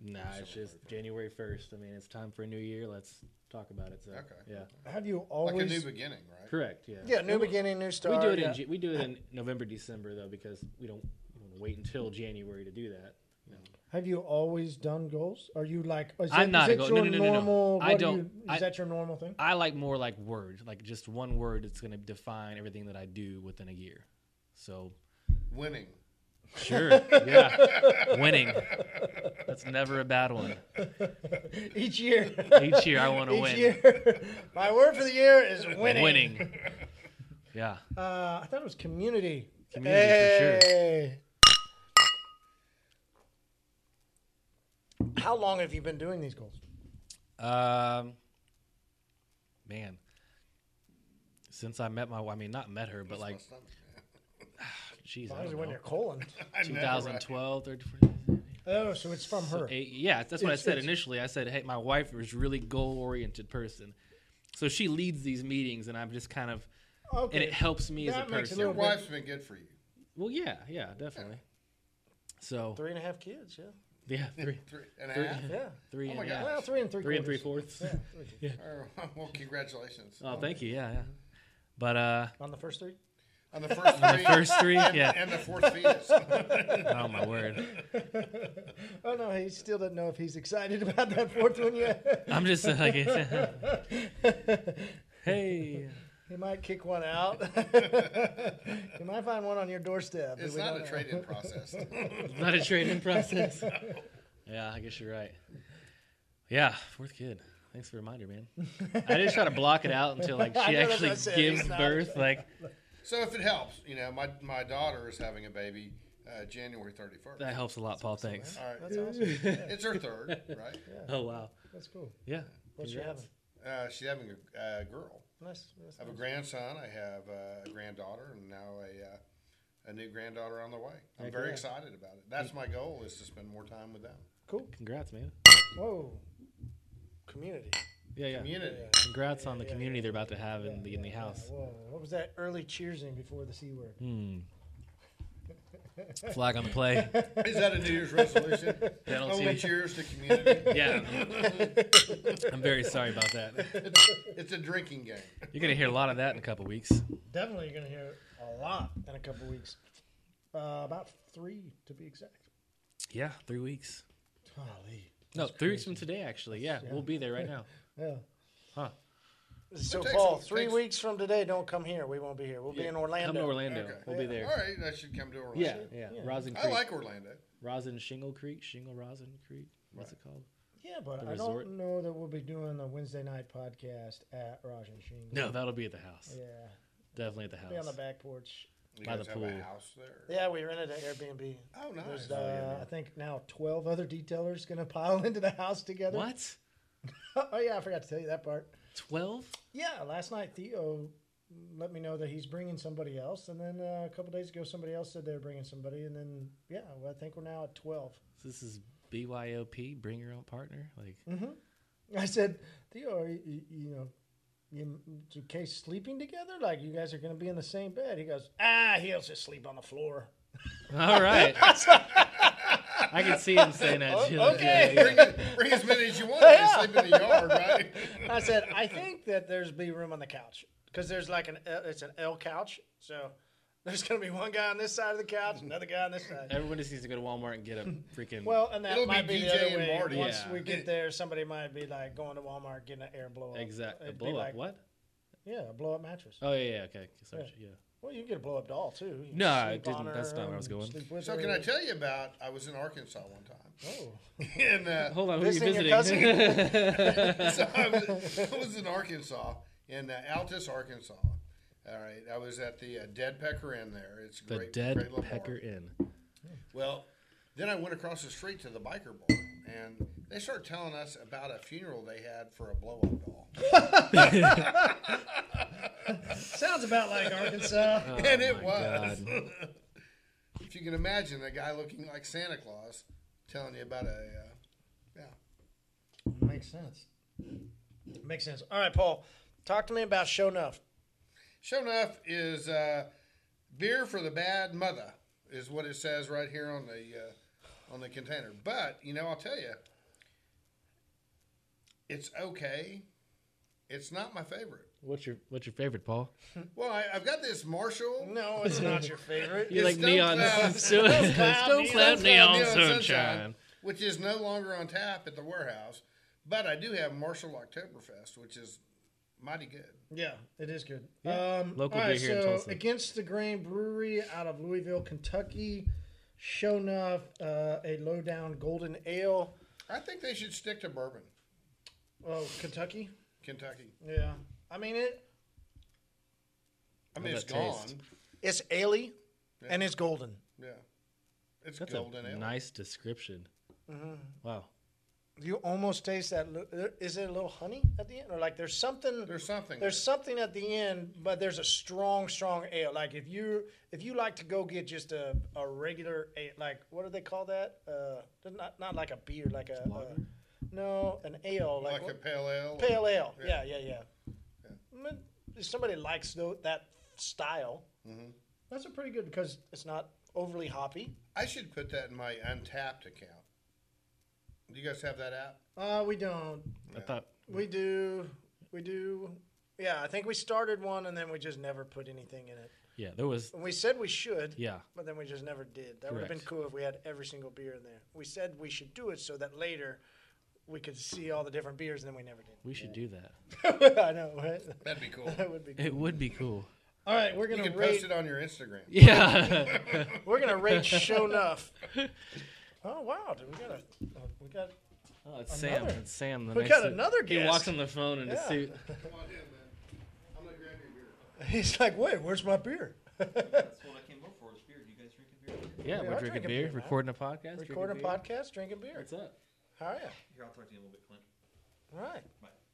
Speaker 6: and
Speaker 5: Nah, it's just January first. I mean, it's time for a new year. Let's talk about it. So,
Speaker 6: Okay.
Speaker 5: Yeah.
Speaker 4: Have you
Speaker 6: like
Speaker 4: always?
Speaker 6: a new beginning, right?
Speaker 5: Correct. Yeah.
Speaker 4: yeah, new beginning, new
Speaker 5: We
Speaker 4: start.
Speaker 5: do it in
Speaker 4: yeah.
Speaker 5: in we do it in November, December though, because we don't, we don't wait until January to do that. you know.
Speaker 4: Have you always done goals? Are you like? Is
Speaker 5: I'm
Speaker 4: it-
Speaker 5: not
Speaker 4: is
Speaker 5: a
Speaker 4: it
Speaker 5: goal-
Speaker 4: your
Speaker 5: no, no, no, no, no.
Speaker 4: normal?
Speaker 5: I
Speaker 4: what do
Speaker 5: don't-
Speaker 4: You, is
Speaker 5: I-
Speaker 4: that your normal thing?
Speaker 5: I like more like words, like just one word that's going to define everything that I do within a year. So
Speaker 6: Winning.
Speaker 5: [laughs] sure, yeah, winning. That's It's never a bad [laughs] one.
Speaker 4: Each
Speaker 5: [laughs]
Speaker 4: year.
Speaker 5: Each year I want to
Speaker 4: Each
Speaker 5: win.
Speaker 4: year. [laughs] My word for the year is winning.
Speaker 5: [laughs] Winning. Yeah.
Speaker 4: Uh, I thought it was community.
Speaker 5: Community for sure.
Speaker 4: for sure. How long have you been doing these goals?
Speaker 5: Um, man, since I met my, wi- I mean, not met her, but like, [sighs] jeez,
Speaker 4: As
Speaker 5: I
Speaker 4: long as
Speaker 5: don't
Speaker 4: you win
Speaker 5: know.
Speaker 4: your
Speaker 5: [laughs]
Speaker 4: colon.
Speaker 5: 2012, 30, 40,
Speaker 4: Oh, so it's from her.
Speaker 5: eight, yeah, that's what
Speaker 4: It's-
Speaker 5: I said
Speaker 4: it's-
Speaker 5: initially. I said, hey, my wife is really goal oriented person, so she leads these meetings, and I'm just kind of,
Speaker 4: Okay.
Speaker 5: and it helps me as a
Speaker 4: That makes a
Speaker 5: person.
Speaker 6: Your
Speaker 4: little bit-
Speaker 6: wife's been good for you.
Speaker 5: well, yeah, yeah, definitely. So
Speaker 4: Three and a half kids, yeah.
Speaker 5: yeah, three,
Speaker 6: Three and a half.
Speaker 4: Yeah.
Speaker 5: three,
Speaker 6: my
Speaker 5: and,
Speaker 6: God.
Speaker 5: yeah,
Speaker 4: Well, three and three
Speaker 5: three and three
Speaker 4: quarters. [laughs]
Speaker 5: fourths.
Speaker 6: [laughs] Well, congratulations
Speaker 5: Oh, thank you. Yeah, yeah. But uh,
Speaker 4: On the first three?
Speaker 6: on the first three
Speaker 5: first three, yeah.
Speaker 6: and the
Speaker 5: [laughs]
Speaker 6: fourth fetus.
Speaker 5: Oh my word.
Speaker 4: Oh, no, he still doesn't know if he's excited [laughs] about that fourth one yet. [laughs]
Speaker 5: I'm just uh, like, [laughs] hey,
Speaker 4: he might kick one out. [laughs] you might find one on your doorstep.
Speaker 6: It's
Speaker 4: We
Speaker 6: not
Speaker 4: don't
Speaker 6: a
Speaker 4: know.
Speaker 6: trade-in process. [laughs]
Speaker 5: it's not a trading process. yeah, I guess you're right. Yeah, fourth kid. Thanks for the reminder, man. I didn't try to block it out until [laughs] like
Speaker 4: I
Speaker 5: she
Speaker 4: know, that's
Speaker 5: actually
Speaker 4: what I said.
Speaker 5: gives
Speaker 4: It's not-
Speaker 5: birth. Like
Speaker 6: So if it helps, you know, my my daughter is having a baby uh, January thirty first.
Speaker 5: that helps a lot, Paul. Thanks.
Speaker 6: All right,
Speaker 5: [laughs]
Speaker 6: it's her third, right?
Speaker 5: Oh wow.
Speaker 4: That's cool.
Speaker 5: Yeah.
Speaker 4: What's your
Speaker 5: Congrats.
Speaker 4: having?
Speaker 6: Uh, she's having a uh, girl.
Speaker 4: Nice. That's
Speaker 6: I have a
Speaker 4: nice.
Speaker 6: grandson. I have uh, a granddaughter, and now a uh, a new granddaughter on the way. I'm very excited about it. That's my goal is to spend more time with them.
Speaker 4: Cool.
Speaker 5: Congrats, man.
Speaker 4: Whoa. Community.
Speaker 5: Yeah, yeah.
Speaker 6: Community.
Speaker 5: Congrats on the community they're about to have in the in the house. Hmm.
Speaker 4: Whoa. What was that early cheersing before the C word?
Speaker 5: Flag on the play.
Speaker 6: Is that a New Year's resolution? Only
Speaker 5: [laughs] Penalty.
Speaker 6: cheers to community.
Speaker 5: [laughs] [laughs] Yeah. I'm very sorry about that.
Speaker 6: [laughs] It's a drinking game.
Speaker 5: You're gonna hear a lot of that in a couple weeks.
Speaker 4: Definitely going to hear a lot in a couple weeks. Uh, about three, to be exact.
Speaker 5: Yeah, three weeks.
Speaker 4: Golly.
Speaker 5: No, three weeks from today, actually. Yeah, we'll be there right now.
Speaker 4: Yeah.
Speaker 5: Huh.
Speaker 4: So,
Speaker 6: takes-
Speaker 4: Paul,
Speaker 6: it
Speaker 4: three
Speaker 6: takes-
Speaker 4: weeks from today, don't come here. We won't be here. We'll be in Orlando.
Speaker 5: Come to Orlando.
Speaker 6: Okay.
Speaker 5: We'll be there.
Speaker 6: All right, I should come to Orlando.
Speaker 5: Yeah, yeah. Rosin
Speaker 6: I
Speaker 5: Creek.
Speaker 6: like Orlando.
Speaker 5: Rosin Shingle Creek. Shingle Rosin Creek. What's it called?
Speaker 4: Yeah, but
Speaker 5: The
Speaker 4: I
Speaker 5: resort.
Speaker 4: don't know that we'll be doing the Wednesday night podcast at Raj and Sheen.
Speaker 5: No, that'll be at the house.
Speaker 4: Yeah.
Speaker 5: Definitely at the
Speaker 4: Be on the
Speaker 5: house.
Speaker 4: back porch.
Speaker 6: You
Speaker 5: By
Speaker 6: guys
Speaker 5: the
Speaker 6: have
Speaker 5: pool.
Speaker 6: a house there.
Speaker 4: Yeah, we rented an Airbnb.
Speaker 6: Oh, nice.
Speaker 4: There's, uh, I think now 12 other detailers going to [laughs] pile into the house together.
Speaker 5: What?
Speaker 4: [laughs] oh, yeah, I forgot to tell you that part.
Speaker 5: Twelve?
Speaker 4: Yeah, last night Theo let me know that he's bringing somebody else. And then uh, a couple days ago, somebody else said they were bringing somebody. And then, yeah, well, I think we're now at 12.
Speaker 5: This is BYOP. Bring your own partner.
Speaker 4: [laughs]
Speaker 5: Like,
Speaker 4: I said, Theo, are you, you, you know, you, you case sleeping together? Like you guys are going to be in the same bed? He goes, ah, he'll just sleep on the floor. [laughs]
Speaker 5: all right. I can see him saying that. too.
Speaker 4: okay.
Speaker 5: Yeah, yeah.
Speaker 6: Bring, it- bring as many as you want. You sleep in the yard, right?
Speaker 4: I said, I think that there's be room on the couch because there's like an L, it's an L couch, so there's going to be one guy on this side of the couch, another guy on this side.
Speaker 5: Everyone just needs to go to Walmart and
Speaker 4: [laughs]
Speaker 5: get a freaking.
Speaker 4: Well, and that
Speaker 6: It'll be
Speaker 4: might be, the
Speaker 6: DJ
Speaker 4: other
Speaker 6: and
Speaker 4: way.
Speaker 6: Marty.
Speaker 4: Once
Speaker 5: Yeah.
Speaker 4: we get there, somebody might be like going to Walmart getting an air blow up.
Speaker 5: exact a
Speaker 4: It'd be
Speaker 5: blow up.
Speaker 4: like-
Speaker 5: what?
Speaker 4: Yeah, a blow up mattress.
Speaker 5: Oh yeah, yeah. Okay. Sorry. Yeah.
Speaker 4: Well, you can get a blow up doll too. You can
Speaker 5: No, I
Speaker 4: sleep on
Speaker 5: didn't- that's
Speaker 4: her
Speaker 5: not where I was
Speaker 4: and
Speaker 5: going.
Speaker 4: sleep with
Speaker 6: So
Speaker 4: her.
Speaker 6: can I tell you about? I was in Arkansas one time,
Speaker 4: Oh.
Speaker 6: [laughs] and uh,
Speaker 5: Hold on. Who are you
Speaker 4: Visiting your [laughs]
Speaker 5: visiting? [laughs]
Speaker 4: cousin?
Speaker 6: [laughs] so I was, I was in Arkansas, in uh, Altus, Arkansas. All right, I was at the uh, Dead Pecker Inn there. It's a
Speaker 5: the
Speaker 6: great,
Speaker 5: Dead
Speaker 6: great little
Speaker 5: Pecker
Speaker 6: bar.
Speaker 5: Inn.
Speaker 6: Well, then I went across the street to the biker bar, and they started telling us about a funeral they had for a blow-up doll.
Speaker 4: Sounds about like Arkansas.
Speaker 5: Oh
Speaker 6: [laughs] and it was. [laughs] if you can imagine a guy looking like Santa Claus telling you about a, uh, yeah,
Speaker 4: [laughs] Makes sense. Makes sense. All right, Paul, talk to me about Show Enough.
Speaker 6: Sure enough, is uh, beer for the bad mother is what it says right here on the uh, on the container. But you know, I'll tell you, it's okay. It's not my favorite.
Speaker 5: What's your What's your favorite, Paul?
Speaker 6: Well, I, I've got this Marshall.
Speaker 4: No, it's not your favorite.
Speaker 5: You like
Speaker 6: Stone
Speaker 5: neon
Speaker 6: Cloud-
Speaker 5: Stone
Speaker 4: Stone
Speaker 5: Cloud
Speaker 6: Sunshine
Speaker 5: neon
Speaker 6: Neon
Speaker 5: sunshine.
Speaker 6: which is no longer on tap at the warehouse. But I do have Marshall Oktoberfest, which is mighty good.
Speaker 4: [laughs] Yeah, it is good. Um,
Speaker 5: Local
Speaker 4: all right,
Speaker 5: beer here in
Speaker 4: so
Speaker 5: Tulsa.
Speaker 4: Against the Grain Brewery out of Louisville, Kentucky. Show enough, uh, a low down golden ale.
Speaker 6: I think they should stick to bourbon,
Speaker 4: Oh, Kentucky.
Speaker 6: Kentucky.
Speaker 4: Yeah, I mean it.
Speaker 6: I mean,
Speaker 5: How's
Speaker 6: it's
Speaker 5: that
Speaker 6: gone.
Speaker 5: taste?
Speaker 4: It's ailey, and it's golden.
Speaker 6: Yeah, it's
Speaker 5: That's
Speaker 6: golden
Speaker 5: a
Speaker 6: ale.
Speaker 5: nice description. Wow.
Speaker 4: You almost taste that. li- there- Is it a little honey at the end, or like there's something?
Speaker 6: There's something
Speaker 4: There's something at the end, but there's a strong, strong ale. Like if you if you like to go get just a, a regular ale, like what do they call that? Uh, they're not not like a beer, like a,
Speaker 5: Lager?
Speaker 4: uh, no, an ale, like,
Speaker 6: like a pale ale.
Speaker 4: what- pale ale. Yeah, yeah, yeah. Mm, If somebody likes tho- that style, that's a pretty good because it's not overly hoppy.
Speaker 6: I should put that in my Untapped account. Do you guys have that app?
Speaker 4: Uh, we don't.
Speaker 5: I thought
Speaker 4: We do. We do. Yeah, I think we started one and then we just never put anything in it.
Speaker 5: yeah, there was
Speaker 4: And we said we should.
Speaker 5: Yeah.
Speaker 4: But then we just never did. That would have been
Speaker 5: Correct.
Speaker 4: cool if we had every single beer in there. We said we should do it so that later we could see all the different beers, and then we never
Speaker 5: we should do that.
Speaker 4: did. [laughs] I know, right?
Speaker 6: That'd be
Speaker 4: [laughs]
Speaker 6: cool.
Speaker 4: That would be.
Speaker 5: It would be cool.
Speaker 4: All right, we're
Speaker 6: You
Speaker 4: gonna
Speaker 6: can
Speaker 4: rate.
Speaker 6: post it on your Instagram.
Speaker 5: [laughs] Yeah.
Speaker 4: We're gonna rate
Speaker 6: [laughs]
Speaker 4: show enough. Oh wow, dude, we got a. uh, we got. [laughs]
Speaker 5: Oh, it's Sam.
Speaker 4: Another.
Speaker 5: It's Sam. The
Speaker 4: We
Speaker 5: nice
Speaker 4: got
Speaker 5: dude.
Speaker 4: another
Speaker 5: He
Speaker 4: guest.
Speaker 5: walks on the phone in
Speaker 4: Yeah.
Speaker 5: a suit.
Speaker 6: Come on in, man. I'm gonna grab your beer.
Speaker 4: He's like, wait, where's my beer?
Speaker 2: That's what I came over for. Is beer. Do you guys drink beer?
Speaker 5: Yeah, we're
Speaker 4: are
Speaker 5: drinking
Speaker 4: drinking
Speaker 5: beer,
Speaker 4: beer, man.
Speaker 5: recording a podcast. drinking
Speaker 4: Recording a
Speaker 5: beer.
Speaker 4: podcast, drinking beer.
Speaker 5: What's up?
Speaker 4: How are you?
Speaker 2: Here, I'll talk to you in a little bit, Clint.
Speaker 4: All right.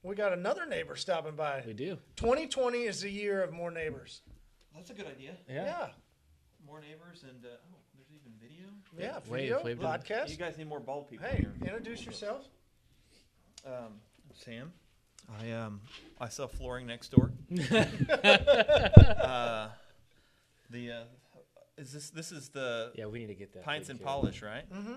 Speaker 4: We got another neighbor stopping by.
Speaker 5: We do.
Speaker 4: 2020 is the year of more neighbors.
Speaker 2: That's a good idea.
Speaker 5: Yeah.
Speaker 4: Yeah.
Speaker 2: More neighbors and uh, oh, there's even video.
Speaker 4: Yeah.
Speaker 5: Wave,
Speaker 4: Video,
Speaker 5: wave to them.
Speaker 4: podcast.
Speaker 2: guys need more bald people.
Speaker 4: Hey, introduce yourself.
Speaker 2: Um, Sam. I um I sell flooring next door. uh, the uh, is this this is the
Speaker 5: Yeah, we need to get that.
Speaker 2: pints
Speaker 5: taken
Speaker 2: and
Speaker 5: care of.
Speaker 2: polish, right? Mm-hmm.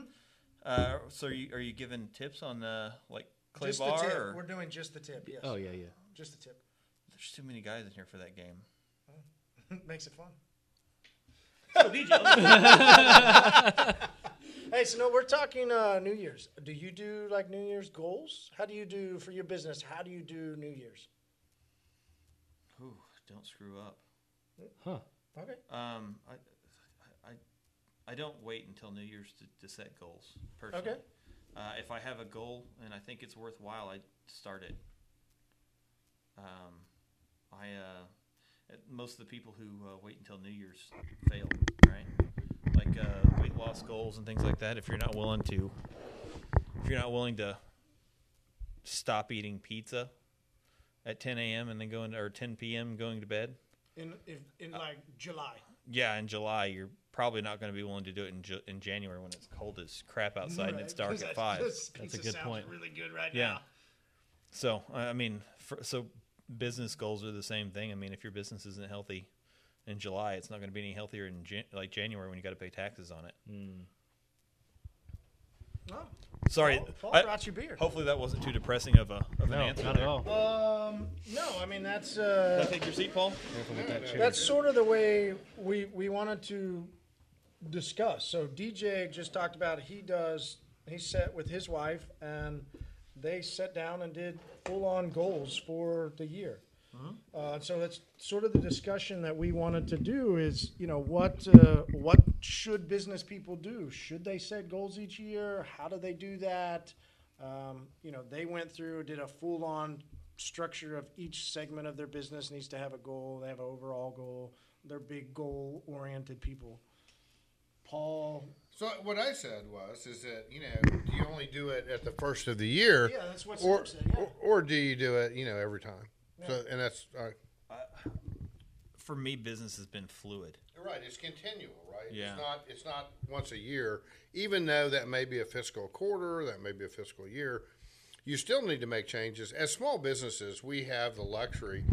Speaker 2: Uh, so are you, are you giving tips on uh, like clay
Speaker 4: Just the
Speaker 2: bar?
Speaker 4: tip.
Speaker 2: Or?
Speaker 4: We're doing just the tip. Yes.
Speaker 5: Oh yeah, yeah.
Speaker 4: Just the tip. [laughs]
Speaker 2: There's too many guys in here for that game.
Speaker 4: Makes it fun. [laughs] Hey, so no, we're talking uh, New Year's. Do you do like New Year's goals? How do you do for your business? How do you do New Year's?
Speaker 2: Ooh, don't screw up.
Speaker 5: Huh?
Speaker 4: Okay.
Speaker 2: Um, I, I, I don't wait until New Year's to, to set goals personally.
Speaker 4: Okay.
Speaker 2: Uh, if I have a goal and I think it's worthwhile, I start it. Um, I uh, at- most of the people who uh, wait until New Year's fail, right? Like uh, weight loss goals and things like that. If you're not willing to, if you're not willing to stop eating pizza at 10 a.m. and then going or 10 p.m. going to bed,
Speaker 4: In
Speaker 2: Uh,
Speaker 4: if, in like July.
Speaker 2: yeah, in July, you're probably not going to be willing to do it in, Ju- in January when it's cold as crap outside and it's
Speaker 4: [laughs]
Speaker 2: dark at five.
Speaker 4: That's
Speaker 5: a good point.
Speaker 4: Really good right
Speaker 2: Yeah.
Speaker 4: now.
Speaker 2: So I I mean, for, so business goals are the same thing. I mean, if your business isn't healthy in July, it's not going to be any healthier in Jan- like January when you got to pay taxes on it.
Speaker 5: Mm.
Speaker 4: Oh,
Speaker 2: Sorry,
Speaker 4: Paul, Paul
Speaker 2: I-
Speaker 4: brought you beer.
Speaker 2: hopefully that wasn't too depressing of a of an
Speaker 5: No,
Speaker 2: answer.
Speaker 5: not at
Speaker 2: there.
Speaker 5: all.
Speaker 4: Um, no, I mean that's uh,
Speaker 2: Can I take your seat, Paul.
Speaker 5: Careful with that chair.
Speaker 4: that's sort of the way we we wanted to discuss. So DJ just talked about he does he sat with his wife and they sat down and did full on goals for the year. Uh, so that's sort of the discussion that we wanted to do is you know what uh, what should business people do? Should they set goals each year? How do they do that? Um, you know they went through did a full on structure of each segment of their business needs to have a goal. They have an overall goal. They're big goal oriented people. Paul,
Speaker 6: So what I said was, is that you know, do you only do it at the first of the year?
Speaker 4: Yeah, that's what
Speaker 6: or,
Speaker 4: Sam said, yeah.
Speaker 6: or, or do you do it, you know, every time? So, and that's uh,
Speaker 2: For me, business has been fluid.
Speaker 6: right. It's continual, right?
Speaker 2: Yeah.
Speaker 6: It's not. It's not once a year. Even though that may be a fiscal quarter, that may be a fiscal year, you still need to make changes. As small businesses, we have the luxury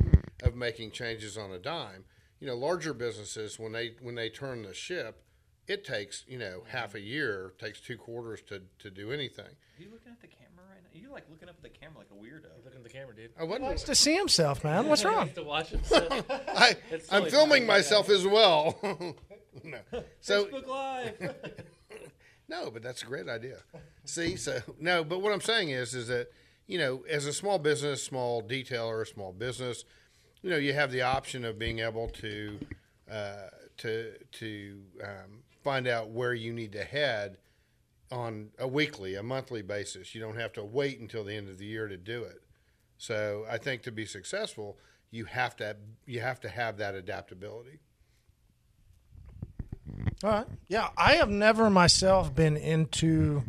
Speaker 6: of making changes on a dime. You know, larger businesses when they when they turn the ship, it takes you know half a year, takes two quarters to to do anything.
Speaker 2: Are you looking at the camera right now? You're like looking up at the camera like a weirdo.
Speaker 5: Look at the camera, dude.
Speaker 6: I wasn't.
Speaker 4: to see himself, man. What's wrong?
Speaker 5: To watch himself.
Speaker 6: I,
Speaker 5: It's
Speaker 6: I'm
Speaker 5: silly.
Speaker 6: filming myself as well. [laughs] no. So
Speaker 2: Look live.
Speaker 6: no, but that's a great idea. See, so no, but what I'm saying is, is that you know, as a small business, small detailer, small business, you know, you have the option of being able to uh, to to um, find out where you need to head on a weekly, a monthly basis. You don't have to wait until the end of the year to do it. So I think to be successful, you have to you have to have that adaptability.
Speaker 4: All right. Yeah, I have never myself been into.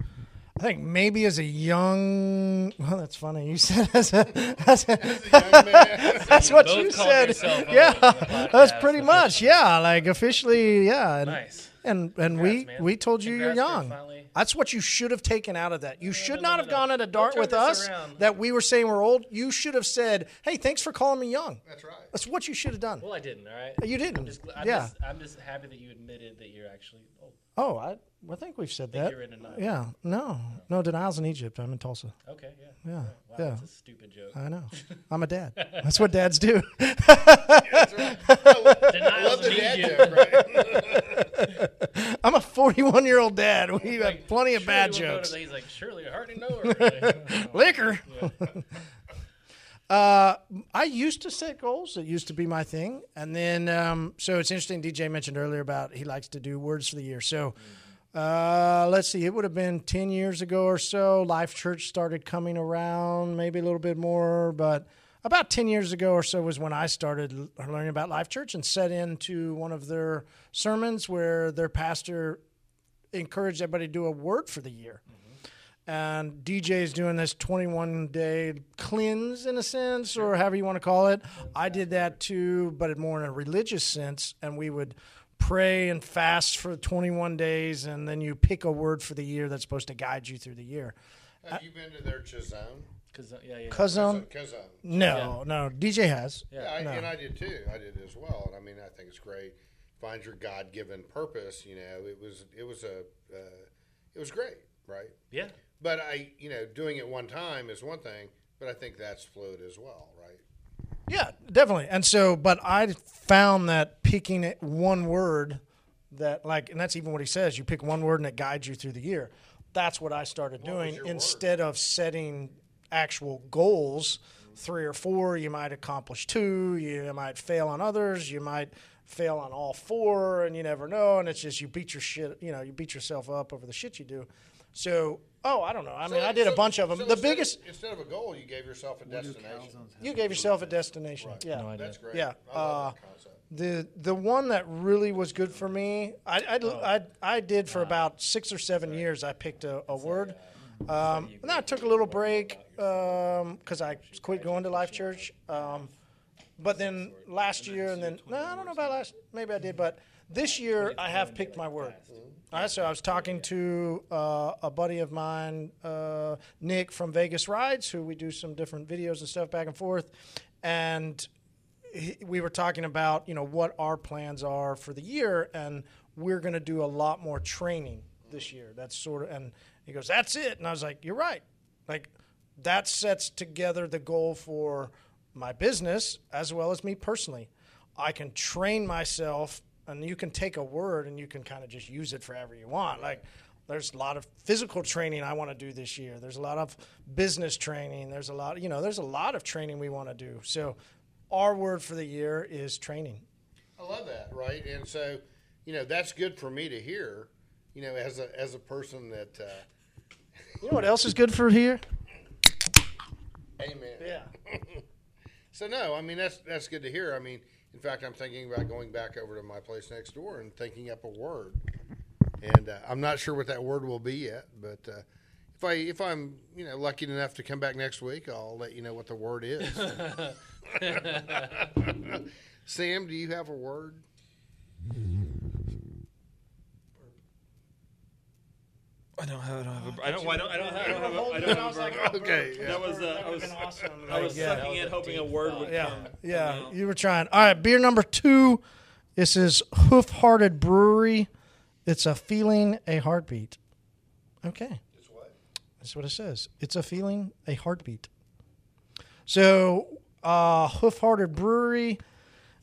Speaker 4: I think maybe as a young. Well, that's funny. You said as a. As a, [laughs] that's what
Speaker 5: both
Speaker 4: you
Speaker 5: called
Speaker 4: said.
Speaker 5: yourself on
Speaker 4: Yeah,
Speaker 5: the- on the
Speaker 4: [laughs] that's
Speaker 5: podcast.
Speaker 4: pretty much. Yeah, like officially. Yeah. And,
Speaker 5: Nice.
Speaker 4: And and we
Speaker 5: Congrats, man.
Speaker 4: we told you you're
Speaker 5: Congrats for
Speaker 4: young.
Speaker 5: finally-
Speaker 4: That's what you should have taken out of that. You should
Speaker 5: no,
Speaker 4: not
Speaker 5: no,
Speaker 4: have
Speaker 5: no.
Speaker 4: gone at a
Speaker 5: Don't
Speaker 4: dart
Speaker 5: turn
Speaker 4: with
Speaker 5: this
Speaker 4: us
Speaker 5: around.
Speaker 4: that we were saying we're old. You should have said, "Hey, thanks for calling me young."
Speaker 6: That's right.
Speaker 4: That's what you should have done.
Speaker 5: Well, I didn't. All right.
Speaker 4: You didn't.
Speaker 5: I'm just, gl- I'm
Speaker 4: Yeah.
Speaker 5: Just, I'm just happy that you admitted that you're actually old.
Speaker 4: Oh, I, I think we've said that.
Speaker 5: you're in denial.
Speaker 4: Yeah, no, no denials in Egypt. I'm in Tulsa.
Speaker 5: Okay. Yeah.
Speaker 4: Yeah,
Speaker 5: Oh, Wow,
Speaker 4: yeah.
Speaker 5: That's a stupid joke.
Speaker 4: I know. I'm a
Speaker 5: [laughs]
Speaker 4: dad. That's what dads do. [laughs]
Speaker 6: I
Speaker 5: Denials
Speaker 6: love the
Speaker 5: of
Speaker 6: dad
Speaker 5: Egypt.
Speaker 6: joke, right?
Speaker 4: I'm a 41 year old dad. We have
Speaker 5: Like,
Speaker 4: plenty of
Speaker 5: surely
Speaker 4: bad
Speaker 5: we'll go to
Speaker 4: jokes.
Speaker 5: the- He's like, surely I hardly know
Speaker 4: [laughs]
Speaker 5: her. [laughs]
Speaker 4: Liquor. uh, I used to set goals. It used to be my thing. And then, um, so it's interesting. DJ mentioned earlier about he likes to do words for the year. So uh, let's see. It would have been 10 years ago or so. Life Church started coming around, maybe a little bit more, but. About 10 years ago or so was when I started l- learning about Life Church and set into one of their sermons where their pastor encouraged everybody to do a word for the year and DJ is doing this 21 day cleanse in a sense, or however you want to call it. I did that too, but more in a religious sense, and we would pray and fast for 21 days, and then you pick a word for the year that's supposed to guide you through the year.
Speaker 6: Have you been to their Chazone?
Speaker 5: Because uh, yeah, yeah.
Speaker 4: Cause um,
Speaker 6: Chazone.
Speaker 4: no, no, DJ has.
Speaker 6: Yeah, I, and I did too. I did as well, and I mean, I think it's great. Find your God-given purpose. You know, it was it was a uh, it was great, right?
Speaker 5: yeah.
Speaker 6: But I, you know, doing it one time is one thing, but I think that's fluid as well, right?
Speaker 4: Yeah, definitely. And so, but I found that picking it one word that like, and that's even what he says. You pick one word and it guides you through the year. That's what I started doing
Speaker 6: your word?
Speaker 4: instead of setting actual goals. Three or four, you might accomplish two. You might fail on others. You might fail on all four, and you never know. And it's just you beat your shit. You know, you beat yourself up over the shit you do. So, oh, I don't know. I mean, I did a bunch of them.
Speaker 6: So
Speaker 4: the
Speaker 6: instead of-
Speaker 4: biggest,
Speaker 6: instead of a goal, you gave yourself a destination.
Speaker 4: you gave yourself a destination. Yeah.
Speaker 6: That's great.
Speaker 4: Yeah, Uh,
Speaker 6: I love that concept.
Speaker 4: The the one that really was good for me, I I, I, I did for about six or seven years. I picked a, a word. Um, and then I took a little break because I quit going to Life Church. Um, but then last year, and then no, I don't know about last. Maybe I did, but this year I have picked my word. All right, so I was talking to uh, a buddy of mine, uh, Nick from Vegas Rides, who we do some different videos and stuff back and forth, and he- we were talking about you know what our plans are for the year, and we're going to do a lot more training this year. That's sort of, and he goes, "That's it," and I was like, "You're right." Like that sets together the goal for my business as well as me personally. I can train myself, and you can take a word and you can kind of just use it for whatever you want. Like, there's a lot of physical training I want to do this year. There's a lot of business training. There's a lot, you know, there's a lot of training we want to do. So, our word for the year is training.
Speaker 6: I love that, right? And so, you know, that's good for me to hear. You know, as a as a person that, uh,
Speaker 4: You know what else is good for here?
Speaker 6: amen. [laughs] So no, I mean that's that's good to hear. I mean, in fact, I'm thinking about going back over to my place next door and thinking up a word, and uh, I'm not sure what that word will be yet. But uh, if I if I'm you know lucky enough to come back next week, I'll let you know what the word is. Sam, do you have a word?
Speaker 2: I don't have. I don't have. A, I don't. I don't. I don't have. I don't have. A, I don't have a burger.
Speaker 6: [laughs] Okay, yeah.
Speaker 2: That was. Uh, I was.
Speaker 4: awesome.
Speaker 2: I was
Speaker 5: Yeah, that
Speaker 2: sucking
Speaker 5: was
Speaker 2: in,
Speaker 5: a
Speaker 2: hoping
Speaker 5: deep
Speaker 2: a word would
Speaker 4: Yeah,
Speaker 2: come.
Speaker 4: yeah,
Speaker 2: know?
Speaker 4: you were trying. All right, beer number two. This is Hoof Hearted Brewery. It's a feeling, a heartbeat. Okay. It's what? That's what it says. It's a feeling, a heartbeat. So, uh, Hoof Hearted Brewery,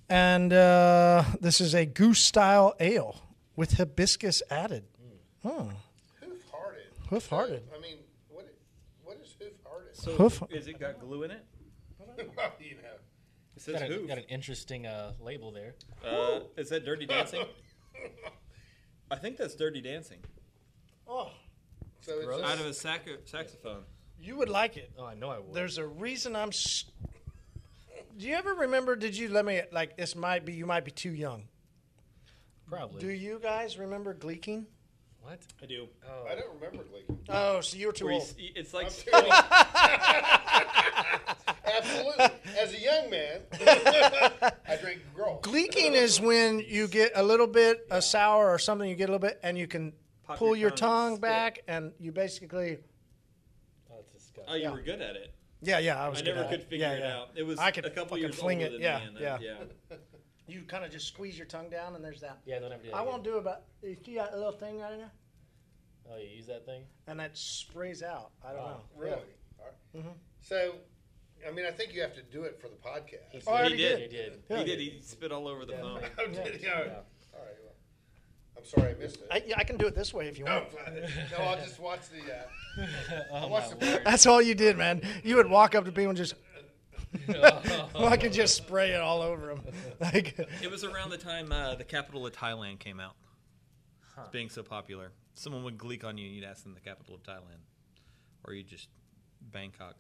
Speaker 4: and uh, this is a goose style ale with hibiscus added.
Speaker 6: Hoof hearted.
Speaker 4: Hoof hearted.
Speaker 6: I mean, what what is hoof hearted?
Speaker 2: So
Speaker 4: Hoof.
Speaker 2: is it got glue in it?
Speaker 6: [laughs] you know,
Speaker 2: It says
Speaker 5: Got, a,
Speaker 2: hoof.
Speaker 5: got an interesting uh, label there.
Speaker 2: Uh, is that Dirty Dancing? I think that's Dirty Dancing.
Speaker 4: Oh,
Speaker 6: So it's
Speaker 2: Out
Speaker 6: just,
Speaker 2: of a sac- saxophone.
Speaker 4: you would like it.
Speaker 7: Oh, I know I would.
Speaker 4: There's a reason I'm. s do you ever remember? Did you let me like this? Might be you might be too young.
Speaker 7: Probably.
Speaker 4: Do you guys remember Gleeking?
Speaker 7: what?
Speaker 2: I do.
Speaker 6: I don't remember Gleek.
Speaker 4: Oh, so you were too
Speaker 2: Where you
Speaker 4: old.
Speaker 2: s- it's like
Speaker 5: [laughs]
Speaker 6: Absolutely. As a young man, I drank grog.
Speaker 4: Gleeking is when you get a little bit a sour or something. You get a little bit, and you can
Speaker 2: Pop
Speaker 4: pull
Speaker 2: your
Speaker 4: your
Speaker 2: tongue
Speaker 4: tongue
Speaker 2: and
Speaker 4: back, and you basically.
Speaker 7: Oh, it's disgusting.
Speaker 2: oh, you
Speaker 4: Yeah.
Speaker 2: were good at it.
Speaker 4: Yeah, yeah, I
Speaker 2: I
Speaker 4: was. good
Speaker 2: never
Speaker 4: at
Speaker 2: could
Speaker 4: it.
Speaker 2: figure
Speaker 4: Yeah,
Speaker 2: it
Speaker 4: yeah.
Speaker 2: out. It was
Speaker 4: I could
Speaker 2: a couple
Speaker 4: fucking
Speaker 2: years
Speaker 4: fling
Speaker 2: older
Speaker 4: it.
Speaker 2: than
Speaker 4: yeah,
Speaker 2: me. and
Speaker 4: yeah,
Speaker 2: I- yeah.
Speaker 4: You kind of just squeeze your tongue down, and there's that.
Speaker 7: Yeah, don't ever do that.
Speaker 4: I
Speaker 7: again.
Speaker 4: won't do about. You see that little thing right in there,
Speaker 7: Oh, you use that thing?
Speaker 4: and that sprays out. I don't know.
Speaker 6: Really? All right.
Speaker 5: Mm-hmm.
Speaker 6: So, I mean, I think you have to do it for the podcast. [laughs]
Speaker 4: Oh, I already
Speaker 2: He did.
Speaker 7: He did.
Speaker 4: [laughs] Yeah.
Speaker 2: He did. He spit all over the phone.
Speaker 6: Oh, did you? All right. Well, I'm sorry I missed it.
Speaker 4: I, yeah, I can do it this way if you
Speaker 6: no,
Speaker 2: Oh,
Speaker 4: want.
Speaker 6: no, I'll just watch the. Uh,
Speaker 5: [laughs] Oh,
Speaker 6: watch
Speaker 5: my
Speaker 6: the
Speaker 5: word.
Speaker 4: That's all you did, man. You would walk up to people and
Speaker 6: [laughs]
Speaker 4: just. [laughs] I could just spray it all over them. [laughs] Like,
Speaker 2: It was around the time uh, the capital of Thailand came out. It's being so popular. Someone would gleek on you and you'd ask them the capital of Thailand. Or you just Bangkok.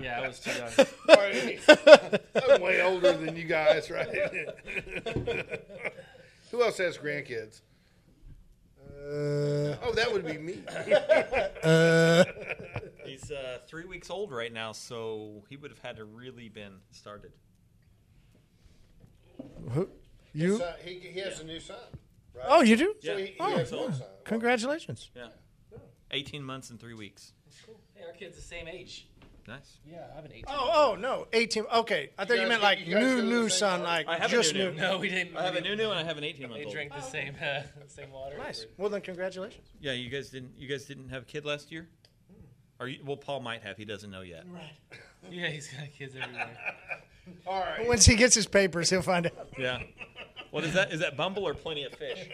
Speaker 5: Yeah, I was
Speaker 4: [laughs]
Speaker 5: too young.
Speaker 6: party.
Speaker 5: [laughs]
Speaker 6: I'm way older than you guys, right? [laughs] Who else has grandkids? oh, that would
Speaker 5: [laughs]
Speaker 6: be me.
Speaker 2: He's uh, three weeks old right now, so he would have had to really been started.
Speaker 4: you?
Speaker 6: So he, he has a new son. Right?
Speaker 4: Oh, you do?
Speaker 6: so he, he
Speaker 4: Oh,
Speaker 6: has one son.
Speaker 4: Congratulations.
Speaker 2: Yeah. 18 months and three weeks.
Speaker 5: Hey, our kid's the same age.
Speaker 2: Nice.
Speaker 5: Yeah, I have an eight.
Speaker 4: Oh, oh no, eighteen. Okay, I thought you,
Speaker 6: guys
Speaker 4: meant
Speaker 6: go-
Speaker 4: like
Speaker 6: you guys go
Speaker 4: new,
Speaker 6: to the
Speaker 4: new
Speaker 6: same
Speaker 4: son,
Speaker 6: party?
Speaker 4: like
Speaker 2: I have a
Speaker 4: just
Speaker 2: new-
Speaker 4: new.
Speaker 5: No, we didn't.
Speaker 2: I have a
Speaker 5: we
Speaker 2: new
Speaker 5: didn't-
Speaker 2: new and I have an 18 month
Speaker 5: They
Speaker 2: old.
Speaker 5: drank the same uh, same water.
Speaker 4: Oh. Nice. Well then, congratulations.
Speaker 2: Yeah, you guys didn't. You guys didn't have a kid last year. Or you, well, Paul might have. He doesn't know yet.
Speaker 4: Right.
Speaker 5: Yeah, he's got kids everywhere.
Speaker 4: [laughs]
Speaker 6: All right.
Speaker 4: Once he gets his papers, he'll find out.
Speaker 2: Yeah. What is that? Is that Bumble or Plenty of Fish?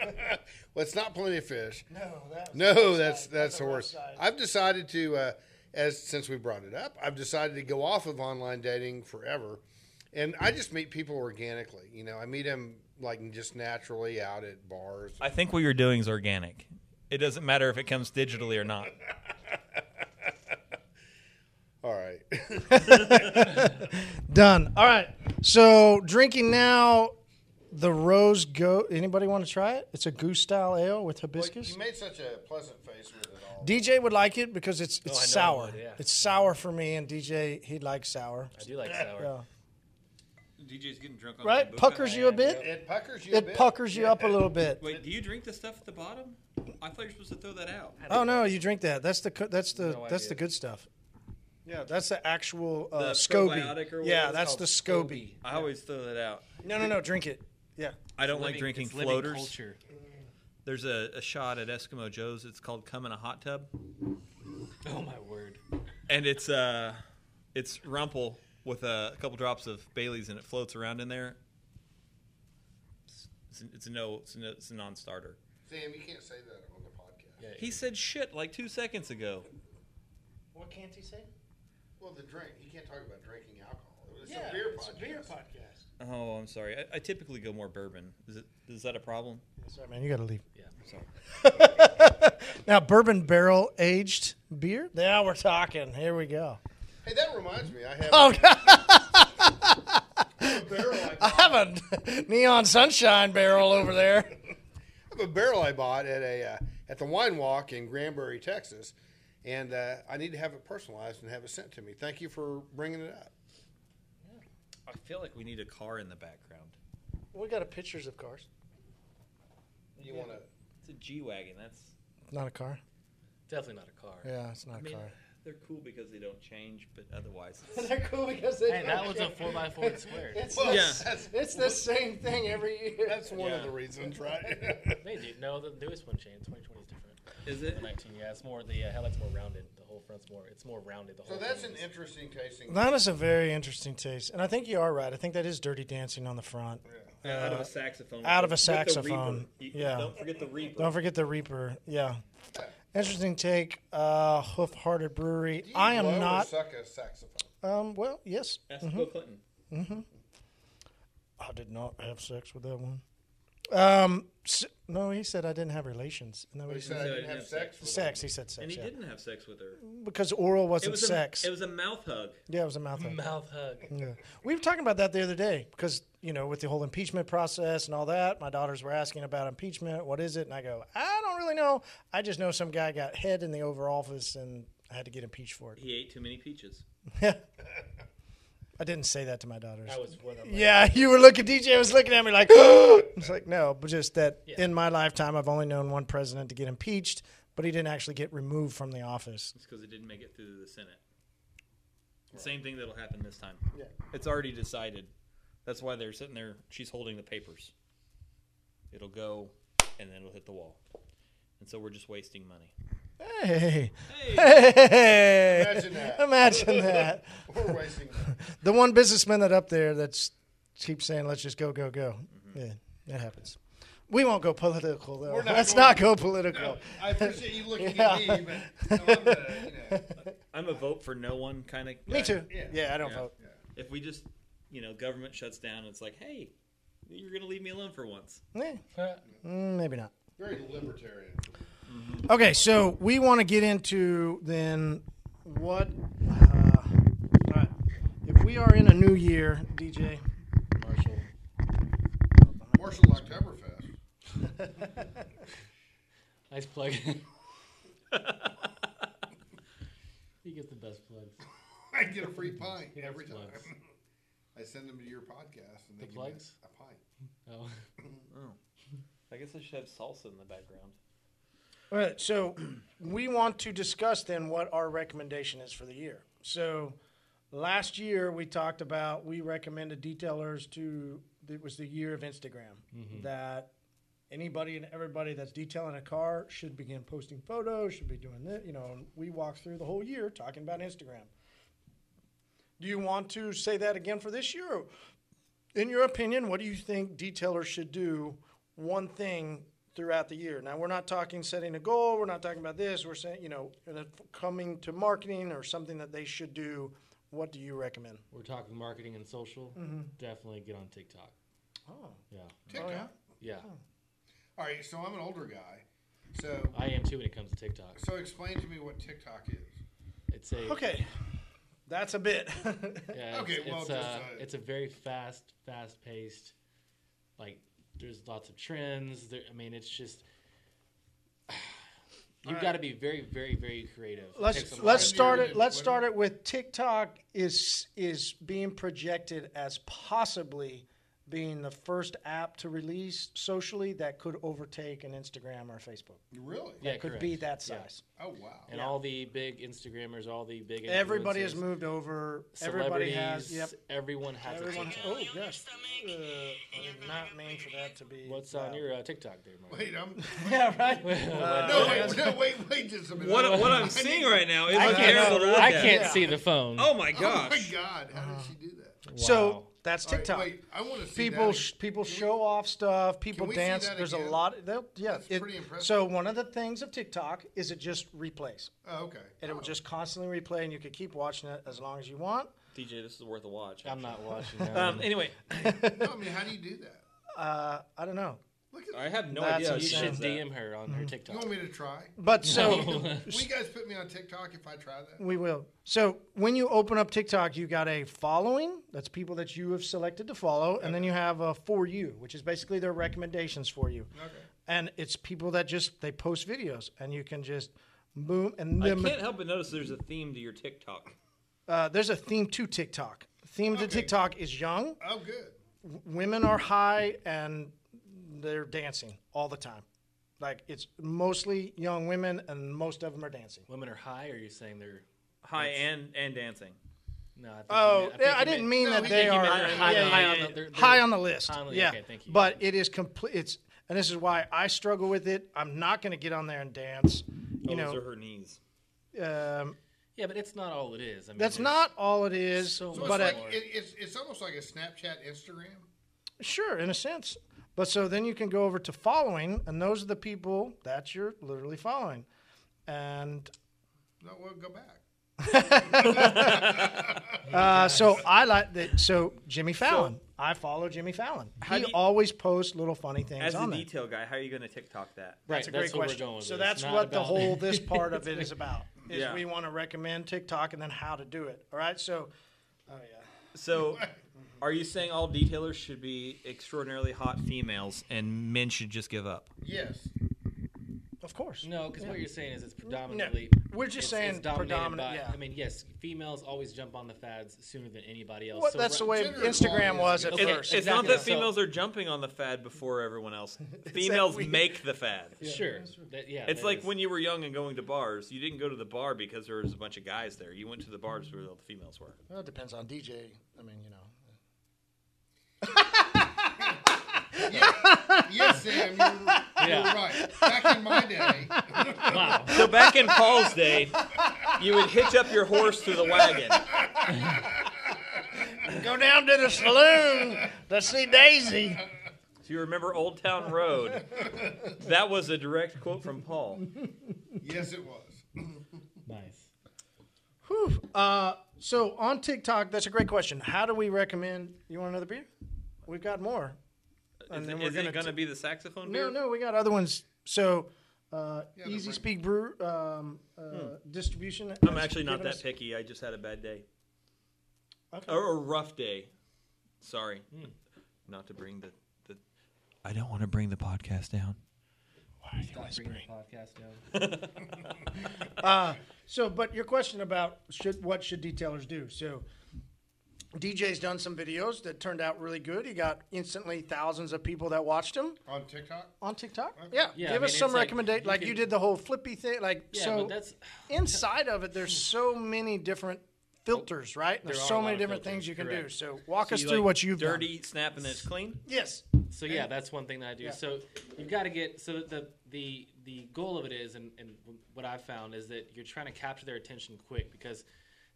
Speaker 6: Well, it's not plenty of fish.
Speaker 4: No, that's
Speaker 6: No, that's that's the
Speaker 4: rough
Speaker 6: worst.
Speaker 4: side.
Speaker 6: I've decided to, uh, as since we brought it up, I've decided to go off of online dating forever, and I just meet people organically. You know, I meet them like just naturally out at bars.
Speaker 2: I think what you're doing is organic. It doesn't matter if it comes digitally or not.
Speaker 6: All right. [laughs]
Speaker 4: done. All right. So drinking now, the rose go. Anybody want to try it? It's a goose style ale with hibiscus.
Speaker 6: You made such a pleasant face with it all.
Speaker 4: DJ would like it because it's it's
Speaker 7: I know
Speaker 4: sour.
Speaker 7: he would, yeah.
Speaker 4: It's sour for me, and DJ he likes sour.
Speaker 7: I do like sour.
Speaker 4: Yeah.
Speaker 2: DJ's getting drunk on
Speaker 4: Right? Puckers you a bit.
Speaker 6: It puckers you. a
Speaker 4: It
Speaker 6: bit.
Speaker 4: puckers you up a
Speaker 2: [laughs]
Speaker 4: little bit.
Speaker 2: Wait, do you drink the stuff at the bottom? I thought you were supposed to throw that out.
Speaker 4: Oh no, you drink that. That's the co- that's the
Speaker 7: No
Speaker 4: that's
Speaker 7: idea.
Speaker 4: the good stuff. Yeah, that's the actual uh,
Speaker 2: The probiotic
Speaker 4: SCOBY.
Speaker 2: or whatever
Speaker 4: yeah,
Speaker 2: it's
Speaker 4: that's
Speaker 2: called.
Speaker 4: the SCOBY.
Speaker 2: I always throw that out.
Speaker 4: No, no, no. Drink it. Yeah.
Speaker 2: I don't like
Speaker 5: Living-
Speaker 2: drinking
Speaker 5: it's living
Speaker 2: floaters.
Speaker 5: Culture. [laughs]
Speaker 2: There's a, a shot at Eskimo Joe's. It's called "Come in a Hot Tub,"
Speaker 5: Oh my word.
Speaker 2: and it's uh, it's Rumpel with a, couple drops of Bailey's, and it floats around in there. It's, it's a no, it's a, no, it's a non-starter.
Speaker 6: Sam, you can't say that on the podcast.
Speaker 2: He said shit like two seconds ago.
Speaker 4: What can't he say?
Speaker 6: Well, the drink. You can't talk about drinking alcohol. It's a beer podcast.
Speaker 4: podcast.
Speaker 2: Oh, I'm sorry. I, I typically go more bourbon. Is it is that a problem?
Speaker 4: Sorry, man, you got to leave.
Speaker 7: Yeah, sorry.
Speaker 4: [laughs] Now, bourbon barrel aged beer. Now we're talking. Here we go.
Speaker 6: Hey, that reminds me. I have
Speaker 4: Oh, God,
Speaker 6: [laughs] a barrel. I,
Speaker 4: I
Speaker 6: bought-
Speaker 4: have a [laughs] neon sunshine barrel over there.
Speaker 6: I have a barrel I bought at a uh, at the Wine Walk in Granbury, Texas, and uh, I need to have it personalized and have it sent to me. Thank you for bringing it up.
Speaker 2: I feel like we need a car in the background.
Speaker 4: We got a pictures of cars. [laughs]
Speaker 6: You want to?
Speaker 2: It's a G wagon. That's
Speaker 4: Not a car.
Speaker 7: Definitely not a car.
Speaker 4: Yeah, it's not
Speaker 2: I
Speaker 4: a
Speaker 2: mean,
Speaker 4: car.
Speaker 2: they're cool because they don't change, but otherwise,
Speaker 4: [laughs] They're cool because they.
Speaker 5: Hey, that was a four
Speaker 4: [laughs]
Speaker 5: by four square.
Speaker 4: It's
Speaker 6: Well,
Speaker 2: Yeah.
Speaker 6: that's,
Speaker 4: It's the same thing every year.
Speaker 6: that's one of
Speaker 2: Yeah.
Speaker 6: the reasons, right?
Speaker 4: [laughs]
Speaker 7: They do. No, the newest one changed. 2020 is different.
Speaker 2: is it?
Speaker 7: The 19, yeah, it's more the uh, headlight's more rounded. The whole front's more. It's more rounded. The
Speaker 6: so
Speaker 7: whole.
Speaker 6: that's an
Speaker 7: thing is-
Speaker 6: interesting tasting.
Speaker 4: That is a very interesting taste, and I think you are right. I think that is Dirty Dancing on the front.
Speaker 2: out of a saxophone.
Speaker 4: Uh, out of a
Speaker 2: With the
Speaker 4: saxophone.
Speaker 2: reaper. You-
Speaker 4: Yeah.
Speaker 2: Don't forget the reaper.
Speaker 4: Don't forget the Reaper. Yeah, interesting take. Uh, Hoof Hearted Brewery.
Speaker 6: Do you
Speaker 4: I
Speaker 6: blow or
Speaker 4: am not.
Speaker 6: suck a saxophone.
Speaker 4: Um, well, yes,
Speaker 2: Ask Bill Clinton.
Speaker 4: I did not have sex with that one. Um, s- no, he said I didn't have relations. No,
Speaker 6: He
Speaker 4: he
Speaker 6: said I
Speaker 4: said
Speaker 6: didn't have sex. with
Speaker 4: sex. He said sex.
Speaker 2: and he
Speaker 4: yeah.
Speaker 2: didn't have sex with her.
Speaker 4: Because oral
Speaker 2: It
Speaker 4: wasn't
Speaker 2: was
Speaker 4: sex.
Speaker 2: A, it was a mouth hug.
Speaker 4: yeah, it was a mouth hug.
Speaker 7: Mouth hug.
Speaker 4: Yeah. We were talking about that the other day because, you know, with the whole impeachment process and all that, my daughters were asking about impeachment. What is it? And I go, I don't really know. I just know some guy got head in the Oval Office and I had to get impeached for it.
Speaker 2: He ate too many peaches.
Speaker 4: I didn't say that to my daughters.
Speaker 7: That was one of my.
Speaker 4: yeah, [laughs] you were looking, DJ was looking at me like, [gasps] it's like, no, but just that in my lifetime, I've only known one president to get impeached, but he didn't actually get removed from the office.
Speaker 2: It's because it didn't make it through the Senate. The same thing that'll happen this time. Yeah. It's already decided. That's why they're sitting there. She's holding the papers. It'll go, and then it'll hit the wall. And so we're just wasting money.
Speaker 4: Hey, [laughs]
Speaker 2: Hey,
Speaker 4: hey.
Speaker 6: Imagine that.
Speaker 4: Imagine that.
Speaker 6: We're wasting
Speaker 4: [laughs]
Speaker 6: money.
Speaker 4: the one businessman that up there that's keeps saying, "Let's just go, go, go." Yeah, that happens. We won't go political though.
Speaker 6: Mm-hmm. We're not
Speaker 4: Let's
Speaker 6: going-
Speaker 4: not go political.
Speaker 6: I appreciate you looking
Speaker 4: Yeah.
Speaker 6: at me, but no, I'm gonna, you know.
Speaker 2: I'm a vote for no one kind of.
Speaker 4: Me too. Yeah,
Speaker 6: Yeah.
Speaker 4: I don't
Speaker 2: Yeah.
Speaker 4: vote.
Speaker 2: If we just, you know, government shuts down, it's like, hey, you're gonna leave me alone for once.
Speaker 4: Eh, mm, maybe not.
Speaker 6: Very libertarian.
Speaker 4: Okay, so we want to get into then what. Uh, all right. If we are in a new year,
Speaker 6: [laughs]
Speaker 4: DJ Marshall.
Speaker 6: Marshall Oktoberfest.
Speaker 5: Nice
Speaker 7: [laughs]
Speaker 5: plug. he gets the best plugs.
Speaker 6: [laughs] I get a free pint every time.
Speaker 5: plugs.
Speaker 6: [laughs] I send them to your podcast and they give me
Speaker 5: plugs?
Speaker 6: a pint.
Speaker 5: Oh,
Speaker 2: I guess I should have salsa in the background.
Speaker 4: All right, so [clears throat] we want to discuss then what our recommendation is for the year. So last year we talked about we recommended detailers to it was the year of Instagram that anybody and everybody that's detailing a car should begin posting photos, should be doing this, you know, and we walked through the whole year talking about Instagram. Do you want to say that again for this year? or in your opinion, what do you think detailers should do one thing throughout the year? Now, we're not talking setting a goal. We're not talking about this. We're saying, you know, and if coming to marketing or something that they should do. What do you recommend?
Speaker 5: we're talking marketing and social.
Speaker 6: Mm-hmm.
Speaker 5: Definitely get on TikTok.
Speaker 4: Oh,
Speaker 5: Yeah,
Speaker 6: TikTok.
Speaker 5: yeah.
Speaker 6: All right, so I'm an older guy. So
Speaker 5: I am too when it comes to TikTok.
Speaker 6: so explain to me what TikTok is.
Speaker 5: It's a
Speaker 4: okay. That's a bit. [laughs]
Speaker 5: Yeah,
Speaker 6: Okay,
Speaker 5: it's,
Speaker 6: well,
Speaker 5: it's,
Speaker 6: just,
Speaker 5: uh,
Speaker 6: uh,
Speaker 5: it's a very fast, fast-paced. Like, there's lots of trends. There, I mean, it's just [sighs] you've got to be very, very, very creative. Takes
Speaker 4: let's
Speaker 5: a
Speaker 4: let's
Speaker 5: lot of-
Speaker 4: start
Speaker 6: years
Speaker 4: it.
Speaker 6: to
Speaker 4: Let's
Speaker 6: put
Speaker 4: start it with TikTok is is being projected as possibly being the first app to release socially that could overtake an Instagram or Facebook.
Speaker 6: Really?
Speaker 5: Yeah,
Speaker 4: Could
Speaker 5: correct.
Speaker 4: be that
Speaker 5: Yeah.
Speaker 4: size.
Speaker 6: Oh wow.
Speaker 5: And all the big Instagrammers, all the big
Speaker 4: Everybody has
Speaker 5: is
Speaker 4: moved over. Everybody
Speaker 5: Celebrities,
Speaker 4: has. Yep.
Speaker 5: everyone has a
Speaker 4: Everyone.
Speaker 5: TikTok.
Speaker 4: Oh gosh. Uh, I did not mean for that to be.
Speaker 5: What's on your uh, TikTok there, [laughs] Mark?
Speaker 6: Wait, I'm
Speaker 4: [laughs] Yeah.
Speaker 5: [laughs]
Speaker 4: Right.
Speaker 6: no, wait, no, wait, wait just a minute. [laughs]
Speaker 2: What, what I'm seeing right now is
Speaker 4: I can't-
Speaker 2: terrible to look
Speaker 5: I
Speaker 2: at.
Speaker 5: can't see the phone.
Speaker 2: Oh my
Speaker 6: Oh my
Speaker 2: gosh!
Speaker 6: god, how did she do that?
Speaker 4: So that's
Speaker 6: All right,
Speaker 4: TikTok.
Speaker 6: wait, I want to see
Speaker 4: people
Speaker 6: that.
Speaker 4: sh- people show off stuff people
Speaker 6: we see
Speaker 4: dance
Speaker 6: that
Speaker 4: there's a
Speaker 6: again?
Speaker 4: lot they'll- yeah
Speaker 6: That's pretty impressive.
Speaker 4: so one of the things of tiktok is it just replays
Speaker 6: Oh, okay.
Speaker 4: and it will just constantly replay and you could keep watching it as long as you want
Speaker 2: DJ, this is worth a watch.
Speaker 5: I'm not watching that.
Speaker 2: Um, anyway,
Speaker 6: No, I mean, how do you do that?
Speaker 4: uh, i don't know
Speaker 6: Look
Speaker 2: [laughs]
Speaker 6: at.
Speaker 2: I have no
Speaker 4: That's Mm-hmm.
Speaker 2: idea.
Speaker 5: you
Speaker 4: insane.
Speaker 5: should
Speaker 2: Sounds that-
Speaker 5: DM her on her
Speaker 6: You
Speaker 5: TikTok.
Speaker 6: want me to try?
Speaker 4: but
Speaker 5: [laughs]
Speaker 4: so
Speaker 6: Will you guys put me on TikTok if I try
Speaker 4: [laughs]
Speaker 6: that?
Speaker 4: we will so when you open up tiktok you got a following that's people that you have selected to follow and then you have a for you which is basically their recommendations for you
Speaker 6: Okay.
Speaker 4: and it's people that just they post videos and you can just boom and
Speaker 2: I
Speaker 4: then
Speaker 2: can't help but notice there's a theme to your TikTok.
Speaker 4: uh, there's a theme to TikTok. Theme to
Speaker 6: Okay.
Speaker 4: TikTok is young.
Speaker 6: Oh, good.
Speaker 4: Women are high and they're dancing all the time. Like it's mostly young women and most of them are dancing.
Speaker 5: Women are high. Or are you saying they're
Speaker 2: Hi, and and dancing.
Speaker 5: no? I think
Speaker 4: Oh,
Speaker 5: you meant-
Speaker 4: yeah, I
Speaker 5: think you
Speaker 4: didn't
Speaker 5: meant- uh,
Speaker 4: mean
Speaker 6: No,
Speaker 4: that
Speaker 6: he-
Speaker 4: they
Speaker 6: he
Speaker 4: are
Speaker 6: meant
Speaker 4: yeah,
Speaker 5: high,
Speaker 4: yeah,
Speaker 5: high
Speaker 4: yeah,
Speaker 5: on
Speaker 4: yeah.
Speaker 5: the- they're- they're-
Speaker 4: High on the list.
Speaker 5: High on the-
Speaker 4: yeah,
Speaker 5: okay, thank you.
Speaker 4: but it is complete. It's and this is why I struggle with it. I'm not going to get on there and dance. You
Speaker 2: Oh, those
Speaker 4: know,
Speaker 2: are her knees.
Speaker 4: um,
Speaker 5: Yeah, but it's not all it is. I mean,
Speaker 4: that's
Speaker 5: there's-
Speaker 4: not all it is.
Speaker 5: So
Speaker 4: but
Speaker 5: much
Speaker 4: uh,
Speaker 5: more.
Speaker 6: Like, it, it's it's almost like a Snapchat, Instagram.
Speaker 4: Sure, in a sense. But so then you can go over to following, and those are the people that you're literally following. And
Speaker 6: No, we'll go back.
Speaker 4: uh, so I like that. So Jimmy Fallon, I follow Jimmy Fallon.
Speaker 2: How
Speaker 4: He
Speaker 2: do you-
Speaker 4: always posts little funny things
Speaker 2: As a
Speaker 4: on there.
Speaker 2: detail guy, how are you going to TikTok that?
Speaker 4: That's a great
Speaker 5: where we're
Speaker 4: question.
Speaker 5: going with
Speaker 4: so
Speaker 5: it.
Speaker 4: that's
Speaker 5: It's not
Speaker 4: what the
Speaker 5: about-
Speaker 4: whole this part of it is about. Is
Speaker 2: Yeah.
Speaker 4: we want to recommend TikTok and then how to do it. All right. So, oh yeah,
Speaker 2: So, are you saying all detailers should be extraordinarily hot females and men should just give up?
Speaker 6: [laughs] Yes.
Speaker 4: of course.
Speaker 5: No, because what you're saying is it's predominantly.
Speaker 4: we're just
Speaker 5: it's-
Speaker 4: saying
Speaker 5: it's dominated
Speaker 4: predominant-
Speaker 5: By,
Speaker 4: yeah.
Speaker 5: I mean, yes, females always jump on the fads sooner than anybody else.
Speaker 4: Well,
Speaker 5: so
Speaker 4: that's the
Speaker 5: ra-
Speaker 4: way
Speaker 6: gender
Speaker 4: Instagram
Speaker 6: equality
Speaker 4: was
Speaker 6: is
Speaker 4: at
Speaker 5: okay.
Speaker 4: first.
Speaker 5: It-
Speaker 2: It's not
Speaker 5: Exactly.
Speaker 2: that
Speaker 5: So-
Speaker 2: females are jumping on the fad before everyone else. Females
Speaker 4: we-
Speaker 2: make the fad.
Speaker 5: Sure. That, yeah.
Speaker 2: It's
Speaker 5: that
Speaker 2: like
Speaker 5: is-
Speaker 2: when you were young and going to bars. You didn't go to the bar because there was a bunch of guys there. You went to the bars where all the females were.
Speaker 4: Well, it depends on DJ. I mean, you know.
Speaker 6: Yes, Sam, you're, you're
Speaker 5: Yeah.
Speaker 6: right. Back in my day,
Speaker 5: Wow.
Speaker 2: [laughs] So back in Paul's day, you would hitch up your horse to the wagon.
Speaker 4: Go down to the saloon to see Daisy.
Speaker 2: Do you remember Old Town Road? That was a direct quote from Paul.
Speaker 6: yes, it was.
Speaker 5: Nice.
Speaker 4: Whew. Uh, so on TikTok, that's a great question. How do we recommend? You want another beer? We've got more.
Speaker 2: Is,
Speaker 4: then
Speaker 2: it-
Speaker 4: we're
Speaker 2: is
Speaker 4: gonna
Speaker 2: it going to
Speaker 4: t-
Speaker 2: be the saxophone? beer?
Speaker 4: No, no, we got other ones. So, uh,
Speaker 6: they're
Speaker 4: Easy
Speaker 6: bring-
Speaker 4: Speak Brew um, uh,
Speaker 5: Hmm.
Speaker 4: distribution.
Speaker 2: I'm actually not that picky. I just had a bad day.
Speaker 4: Okay. Hmm.
Speaker 2: Or a rough day. Sorry. Not to bring the, the. I don't want to bring the podcast down.
Speaker 5: Podcast down.
Speaker 4: So, but your question about should what should detailers do? So, DJ's done some videos that turned out really good. He got instantly thousands of people that watched him
Speaker 6: On TikTok?
Speaker 4: on TikTok. Yeah,
Speaker 5: Yeah, I
Speaker 4: give
Speaker 5: mean,
Speaker 4: us some
Speaker 5: it's like,
Speaker 4: recommendation.
Speaker 5: you
Speaker 4: Like
Speaker 5: can-
Speaker 4: you did the whole flippy thing. Like
Speaker 5: Yeah,
Speaker 4: so,
Speaker 5: but that's [laughs]
Speaker 4: inside of it, there's so many different filters, right? There's
Speaker 5: are
Speaker 4: so
Speaker 5: a lot
Speaker 4: many
Speaker 5: of
Speaker 4: different
Speaker 5: filters,
Speaker 4: things you can do.
Speaker 5: correct.
Speaker 4: So, walk us
Speaker 2: You
Speaker 4: through
Speaker 2: like
Speaker 4: what you've
Speaker 2: Dirty, snap, and then it's clean?
Speaker 4: done. Yes.
Speaker 5: So yeah, that's one thing that I do. So you've got to get so the the the goal of it is, and, and what I've found is that you're trying to capture their attention quick because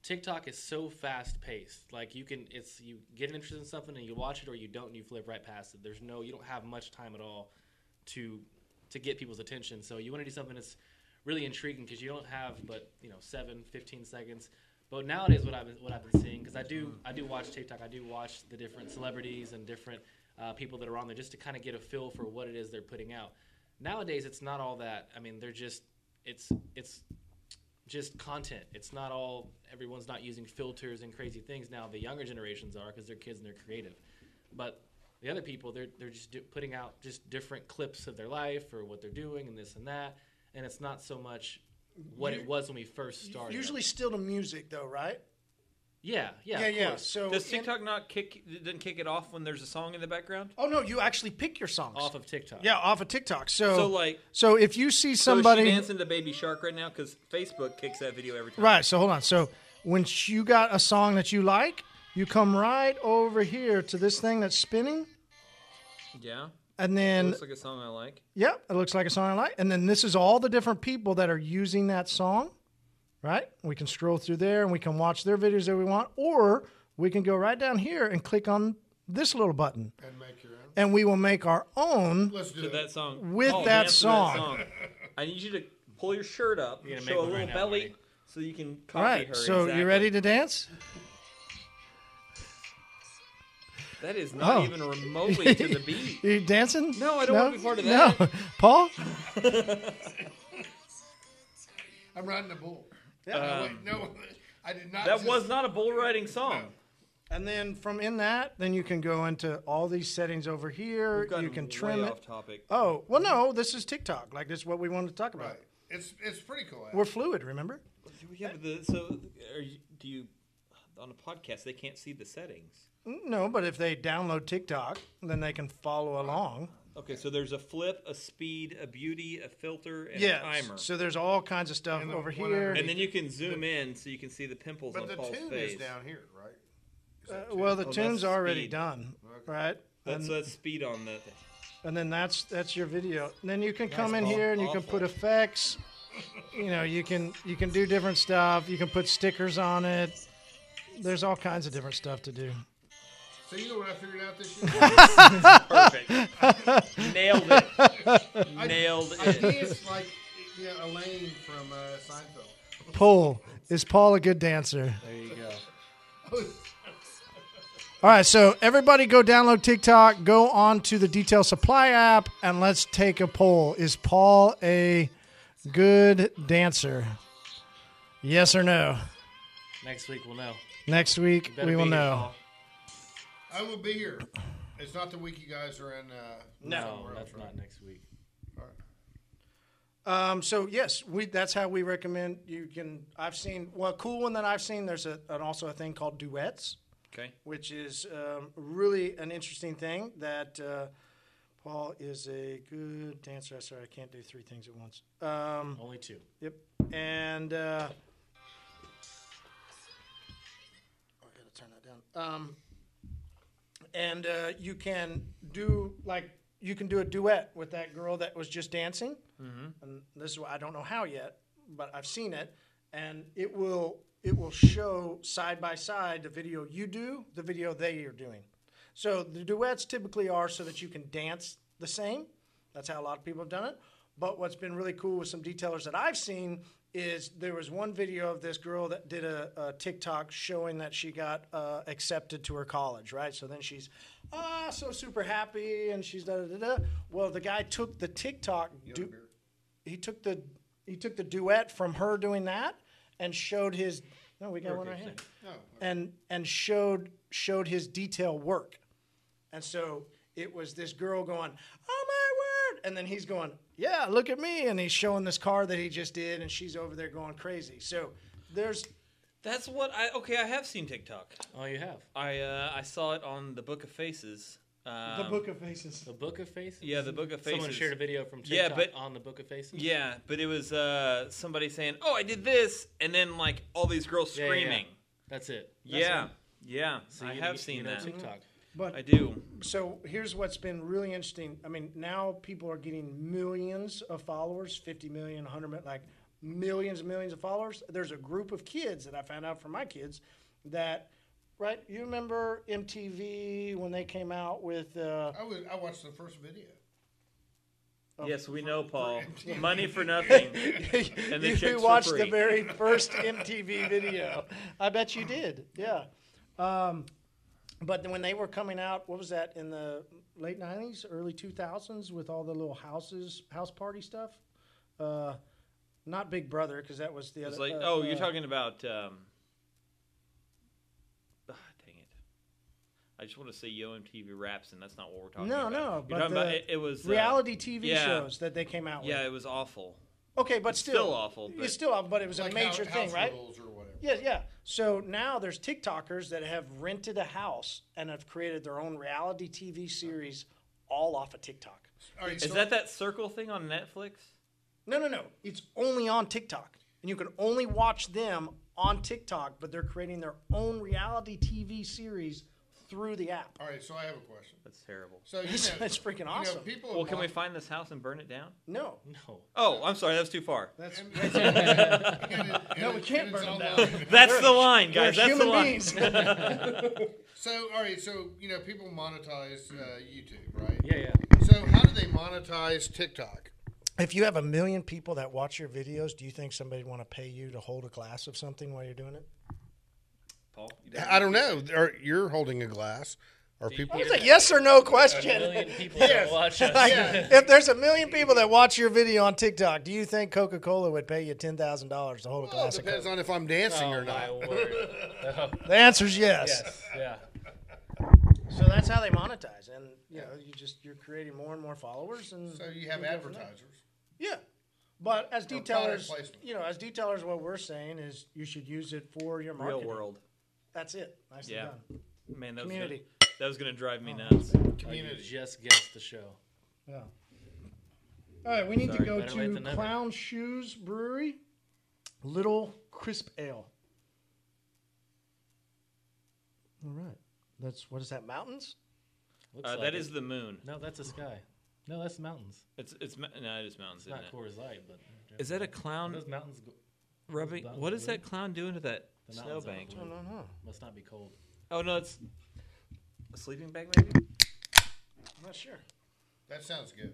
Speaker 5: TikTok is so fast paced. Like you can, it's you get interested in something and you watch it, or you don't, and you flip right past it. There's no, you don't have much time at all to to get people's attention. So you want to do something that's really intriguing because you don't have but you know seven, 15 seconds. But nowadays, what I've been, what I've been seeing because I do I do watch TikTok, I do watch the different celebrities and different uh, people that are on there just to kind of get a feel for what it is they're putting out. Nowadays, it's not all that. I mean, they're just it's it's just content. It's not all everyone's not using filters and crazy things now. The younger generations are because they're kids and they're creative, but the other people they're they're just do, putting out just different clips of their life or what they're doing and this and that, and it's not so much what it was when we first started.
Speaker 4: Usually, still to music though, right?
Speaker 5: yeah, yeah,
Speaker 4: Yeah,
Speaker 5: of
Speaker 4: yeah.
Speaker 5: course.
Speaker 4: So,
Speaker 2: Does
Speaker 4: in-
Speaker 2: TikTok not kick, didn't kick it off when there's a song in the background?
Speaker 4: Oh no, you actually pick your songs.
Speaker 5: off of TikTok.
Speaker 4: yeah, off of TikTok. So,
Speaker 2: So, like-
Speaker 4: so if you see
Speaker 2: So is she
Speaker 4: somebody,
Speaker 2: dancing to Baby Shark right now because Facebook kicks that video every time.
Speaker 4: right? So hold on. So when sh- you got a song that you like, you come right over here to this thing that's spinning,
Speaker 2: Yeah.
Speaker 4: and then
Speaker 2: Looks like a song I like.
Speaker 4: yep, it looks like a song I like, and then this is all the different people that are using that song, right? We can scroll through there and we can watch their videos that we want, or we can go right down here and click on this little button,
Speaker 6: And make your own.
Speaker 4: and we will make our own.
Speaker 6: Let's do
Speaker 2: to
Speaker 6: it.
Speaker 2: that song
Speaker 4: With
Speaker 2: Paul,
Speaker 4: that
Speaker 2: dance to
Speaker 4: song.
Speaker 2: I need you to pull your shirt up,
Speaker 5: You're
Speaker 2: show
Speaker 5: gonna make
Speaker 2: a
Speaker 5: one
Speaker 2: little
Speaker 5: right now,
Speaker 2: belly,
Speaker 5: Marty.
Speaker 2: so you can copy
Speaker 4: All right.
Speaker 2: her.
Speaker 4: So
Speaker 2: exactly.
Speaker 4: you ready to dance?
Speaker 2: That is not
Speaker 4: Oh.
Speaker 2: even remotely to the beat.
Speaker 4: [laughs] Are you dancing?
Speaker 2: No, I don't wanna be part of that.
Speaker 4: No, [laughs] Paul.
Speaker 6: I'm riding a bull.
Speaker 2: Uh,
Speaker 6: no, wait, no, I did Um, not.
Speaker 2: That
Speaker 6: just-
Speaker 2: was not a bull riding song.
Speaker 4: And then from in that, then you can go into all these settings over here.
Speaker 2: We've gotten
Speaker 4: You can
Speaker 2: way
Speaker 4: trim it.
Speaker 2: off topic.
Speaker 4: Oh well, no, this is TikTok. Like this is what we wanted to talk about.
Speaker 6: Right. It's it's pretty cool.
Speaker 4: We're fluid, remember?
Speaker 2: Yeah, but the, so are you, do you on a podcast? They can't see the settings.
Speaker 4: No, but if they download TikTok, then they can follow along.
Speaker 2: Okay, so there's a flip, a speed, a beauty, a filter, and a
Speaker 4: Yeah.
Speaker 2: timer.
Speaker 4: So there's all kinds of stuff
Speaker 6: And the
Speaker 4: over
Speaker 6: one
Speaker 4: here.
Speaker 2: and then you can zoom in so you can see the pimples
Speaker 6: but
Speaker 2: on
Speaker 6: the
Speaker 2: Paul's
Speaker 6: tune
Speaker 2: face.
Speaker 6: is down here, right? Is
Speaker 4: Uh,
Speaker 6: that tune?
Speaker 4: well, the
Speaker 2: Oh,
Speaker 4: tune's
Speaker 2: that's
Speaker 4: already
Speaker 2: speed.
Speaker 4: done, right?
Speaker 2: That's,
Speaker 4: And,
Speaker 2: that's speed on the.
Speaker 4: and then that's that's your video. And then you can come in
Speaker 2: Paul.
Speaker 4: here and you can
Speaker 2: Awful.
Speaker 4: put effects. You know, you can you can do different stuff. You can put stickers on it. There's all kinds of different stuff to do.
Speaker 6: so you know what I figured out this [laughs] year?
Speaker 2: Perfect.
Speaker 5: [laughs]
Speaker 2: Nailed it. Nailed
Speaker 6: I
Speaker 2: it.
Speaker 6: danced like you know, Elaine from uh, Seinfeld.
Speaker 4: Paul, is Paul a good dancer?
Speaker 5: There you go.
Speaker 4: All right, so everybody go download TikTok, go on to the Detail Supply app, and let's take a poll. Is Paul a good dancer? Yes or no?
Speaker 5: Next week we'll know.
Speaker 4: Next week
Speaker 5: Better
Speaker 4: we will
Speaker 5: be here,
Speaker 4: know.
Speaker 5: Paul.
Speaker 6: I will be here. It's not the week you guys are in. Uh,
Speaker 5: No, that's not next week.
Speaker 4: Um, so yes, we that's how we recommend you can. I've seen well, a cool one that I've seen. There's a, an, also a thing called duets.
Speaker 2: Okay.
Speaker 4: which is um, really an interesting thing that uh, Paul is a good dancer. Sorry, I can't do three things at once.
Speaker 2: Mm-hmm.
Speaker 4: Um,
Speaker 5: Only two.
Speaker 4: yep. And uh, I gotta turn that down. Um, and uh, you can do like you can do a duet with that girl that was just dancing. And this is what I don't know how yet, but I've seen it, and it will it will show side by side the video you do, the video they are doing. So the duets typically are so that you can dance the same. That's how a lot of people have done it. But what's been really cool with some detailers that I've seen is there was one video of this girl that did a, a TikTok showing that she got uh, accepted to her college, right? So then she's, ah, so super happy, and she's da da da. da. Well, the guy took the TikTok, du- he took the he took the duet from her doing that and showed his. No, we got one right here. And and showed showed his detail work. And so it was this girl going, Oh my word. And then he's going, Yeah, look at me. And he's showing this car that he just did, and she's over there going crazy. So there's,
Speaker 2: That's what I okay. I have seen TikTok.
Speaker 5: Oh, you have
Speaker 2: I uh, I saw it on the Book of Faces. Um,
Speaker 4: of faces.
Speaker 5: the Book of Faces.
Speaker 2: Yeah, the Book of
Speaker 5: Someone
Speaker 2: Faces.
Speaker 5: shared a video from
Speaker 2: Yeah,
Speaker 5: TikTok
Speaker 2: but-
Speaker 5: on the Book of Faces.
Speaker 2: Yeah, but it was uh, somebody saying, "Oh, I did this," and then like all these girls
Speaker 5: Yeah, yeah, yeah.
Speaker 2: screaming.
Speaker 5: that's it.
Speaker 2: Yeah,
Speaker 5: That's
Speaker 2: yeah.
Speaker 5: it.
Speaker 2: I
Speaker 5: you-
Speaker 2: have
Speaker 5: you
Speaker 2: seen
Speaker 5: know
Speaker 2: that.
Speaker 5: TikTok.
Speaker 2: I
Speaker 4: But
Speaker 2: do.
Speaker 4: so here's what's been really interesting. I mean, now people are getting millions of followers 50 million, 100 million, like millions and millions of followers. There's a group of kids that I found out from my kids that, right? You remember MTV when they came out with. Uh,
Speaker 6: I was. I watched the first video.
Speaker 2: Yes, we know,
Speaker 4: [laughs]
Speaker 2: Paul. Money for nothing. And the chicks
Speaker 4: you
Speaker 2: for
Speaker 4: watched the
Speaker 2: free. [laughs]
Speaker 4: very first MTV video. I bet you did. Yeah. Um, but then when they were coming out, what was that in the late '90s, early 2000s, with all the little houses, house party stuff? Uh, not Big Brother, because that was the
Speaker 2: It's
Speaker 4: other.
Speaker 2: like,
Speaker 4: uh,
Speaker 2: oh, you're
Speaker 4: uh,
Speaker 2: talking about. Um, ah, dang it! I just want to say Yo MTV Raps, and that's not what we're talking
Speaker 4: No,
Speaker 2: about.
Speaker 4: no,
Speaker 2: You're
Speaker 4: but
Speaker 2: talking about
Speaker 4: the
Speaker 2: it, it was uh,
Speaker 4: reality TV
Speaker 2: yeah.
Speaker 4: shows that they came out
Speaker 2: Yeah,
Speaker 4: with.
Speaker 2: it was awful.
Speaker 4: Okay, but still,
Speaker 2: still awful, but-
Speaker 4: It's still awful, but it was a
Speaker 6: Like
Speaker 4: major
Speaker 6: house-
Speaker 4: thing,
Speaker 6: house
Speaker 4: right?
Speaker 6: rules or whatever.
Speaker 4: Yeah, yeah. So now there's TikTokers that have rented a house and have created their own reality TV series all off of TikTok.
Speaker 6: All right,
Speaker 2: Is
Speaker 6: so-
Speaker 2: that that circle thing on Netflix?
Speaker 4: No, no, no. It's only on TikTok. And you can only watch them on TikTok, but they're creating their own reality TV series through the app.
Speaker 6: All right, so I have a question.
Speaker 2: That's terrible.
Speaker 6: So
Speaker 4: [laughs]
Speaker 6: you
Speaker 4: It's-
Speaker 6: know,
Speaker 4: it's freaking
Speaker 6: you know,
Speaker 4: awesome.
Speaker 6: people
Speaker 2: Well, can we
Speaker 6: mock-
Speaker 2: find this house and burn it down?
Speaker 4: No.
Speaker 5: No,
Speaker 2: Oh, I'm sorry, that was too far. [laughs]
Speaker 4: That's
Speaker 6: [laughs] and- and- and-
Speaker 4: No,
Speaker 6: and
Speaker 4: we
Speaker 6: it's-
Speaker 4: can't
Speaker 6: and
Speaker 4: burn
Speaker 6: it's
Speaker 4: 'em
Speaker 6: online.
Speaker 2: That's the line,
Speaker 4: they're
Speaker 2: guys. That's
Speaker 4: human
Speaker 2: the line.
Speaker 4: beings.
Speaker 6: So, all right, so you know, people monetize uh, YouTube, right?
Speaker 5: yeah, yeah.
Speaker 6: So, how do they monetize TikTok?
Speaker 4: if you have a million people that watch your videos, do you think somebody would want to pay you to hold a glass of something while you're doing it?
Speaker 2: Paul, you don't-
Speaker 6: I don't know. Are, you're holding a glass. Are people?
Speaker 4: It's a yes or no
Speaker 5: A million
Speaker 4: question.
Speaker 5: people that watch us. Oh
Speaker 4: Like, if there's a million people that watch your video on TikTok, do you think Coca Cola would pay you ten thousand dollars to hold a
Speaker 6: Well, it
Speaker 4: glass of
Speaker 6: depends
Speaker 4: Coke?
Speaker 6: on if I'm dancing or
Speaker 5: Oh
Speaker 6: not.
Speaker 5: my word!
Speaker 4: The answer's yes.
Speaker 5: Yes, yeah.
Speaker 4: So that's how they monetize, and you know, you just you're creating more and more followers, and
Speaker 6: So you have advertisers.
Speaker 4: yeah. But as
Speaker 6: product
Speaker 4: detailers,
Speaker 6: placement.
Speaker 4: you know, as detailers, what we're saying is you should use it for your
Speaker 2: real
Speaker 4: marketing.
Speaker 2: world.
Speaker 4: That's it. Nicely
Speaker 2: Yeah.
Speaker 4: done.
Speaker 2: Man, that was
Speaker 4: Community.
Speaker 2: gonna, that was gonna drive
Speaker 5: Oh,
Speaker 2: me nuts. Uh,
Speaker 5: Community. just guessed the show.
Speaker 4: Yeah. All right, we need to go
Speaker 5: Better late
Speaker 4: to
Speaker 5: than never.
Speaker 4: Clown Shoes Brewery, Little Crisp Ale. All right, that's what is that? Mountains?
Speaker 5: Looks
Speaker 2: Uh,
Speaker 5: like
Speaker 2: that
Speaker 5: it.
Speaker 2: is the moon.
Speaker 5: No, that's the sky. No, that's mountains.
Speaker 2: It's it's ma- no, it is mountains.
Speaker 5: It's not
Speaker 2: Isn't it?
Speaker 5: Coors Light, but
Speaker 2: Is that a clown
Speaker 5: those mountains go-
Speaker 2: rubbing?
Speaker 5: mountains
Speaker 2: What is
Speaker 5: blue?
Speaker 2: that clown doing to that
Speaker 5: The mountains are
Speaker 2: snowbank?
Speaker 5: blue.
Speaker 4: I don't know.
Speaker 5: must not be cold.
Speaker 2: Oh no, it's a sleeping bag maybe.
Speaker 4: I'm not sure.
Speaker 6: That sounds good.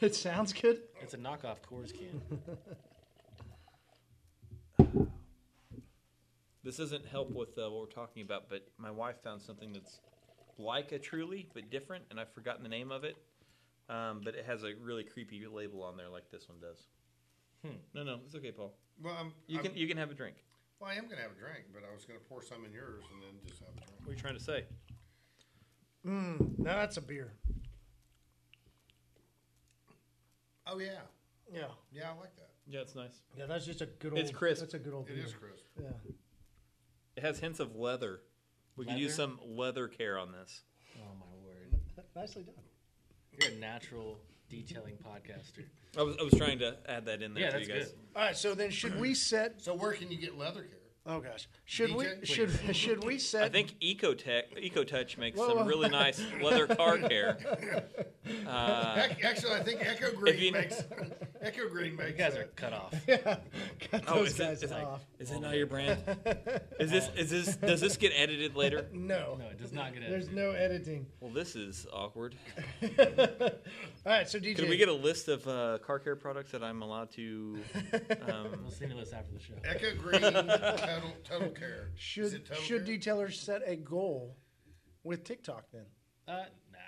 Speaker 4: It sounds good.
Speaker 5: It's a knockoff Coors can.
Speaker 2: This This isn't help with uh, what we're talking about, but my wife found something that's like a Truly but different, and I've forgotten the name of it. Um, but it has a really creepy label on there, like this one does. No, no, it's okay, Paul.
Speaker 6: Well, I'm,
Speaker 2: You
Speaker 6: I'm-
Speaker 2: can you can have a drink.
Speaker 6: well, I am gonna have a drink, but I was gonna pour some in yours and then just have a drink.
Speaker 2: What are you trying to say?
Speaker 4: No, that's a beer.
Speaker 6: Oh yeah,
Speaker 4: Yeah.
Speaker 6: yeah, I like that.
Speaker 2: Yeah, it's nice.
Speaker 4: Yeah, that's just a good old.
Speaker 2: It's crisp.
Speaker 4: That's a good old
Speaker 6: It
Speaker 4: beer.
Speaker 6: is crisp.
Speaker 4: Yeah.
Speaker 2: It has hints of leather. We could use some leather care on this.
Speaker 5: Oh my word!
Speaker 4: Nicely done.
Speaker 5: You're a natural detailing podcaster.
Speaker 2: I was, I was trying to add that in there
Speaker 5: Yeah,
Speaker 2: to
Speaker 5: that's
Speaker 2: you guys.
Speaker 5: good.
Speaker 4: All right. So then, should we set?
Speaker 6: So where can you get leather care?
Speaker 4: Oh gosh. Should we?
Speaker 6: DJ,
Speaker 4: Should [laughs] should we set?
Speaker 2: I think Ecotech EcoTouch makes
Speaker 4: Whoa, whoa.
Speaker 2: some really [laughs] nice leather car care.
Speaker 5: Uh,
Speaker 6: Ac- Actually,
Speaker 5: [laughs]
Speaker 6: I think Echo Green
Speaker 2: you-
Speaker 6: makes [laughs] Echo Green makes.
Speaker 5: You guys
Speaker 6: that.
Speaker 5: are cut off.
Speaker 4: cut
Speaker 2: Oh, is
Speaker 4: those guys
Speaker 2: that, is, that,
Speaker 4: off.
Speaker 2: is that not your [laughs] brand? Is this is this does this get edited later?
Speaker 4: No.
Speaker 5: No, it does not get
Speaker 4: There's
Speaker 5: edited.
Speaker 4: no editing.
Speaker 2: Well, this is awkward.
Speaker 4: All right. So DJ.
Speaker 2: Could we get a list of uh, car care products that I'm allowed to? [laughs]
Speaker 5: We'll send you this after the show.
Speaker 6: Echo
Speaker 5: [laughs]
Speaker 6: Green total, total care. Is
Speaker 4: should
Speaker 6: it total
Speaker 4: should
Speaker 6: care?
Speaker 4: detailers set a goal with TikTok then?
Speaker 5: Uh, nah.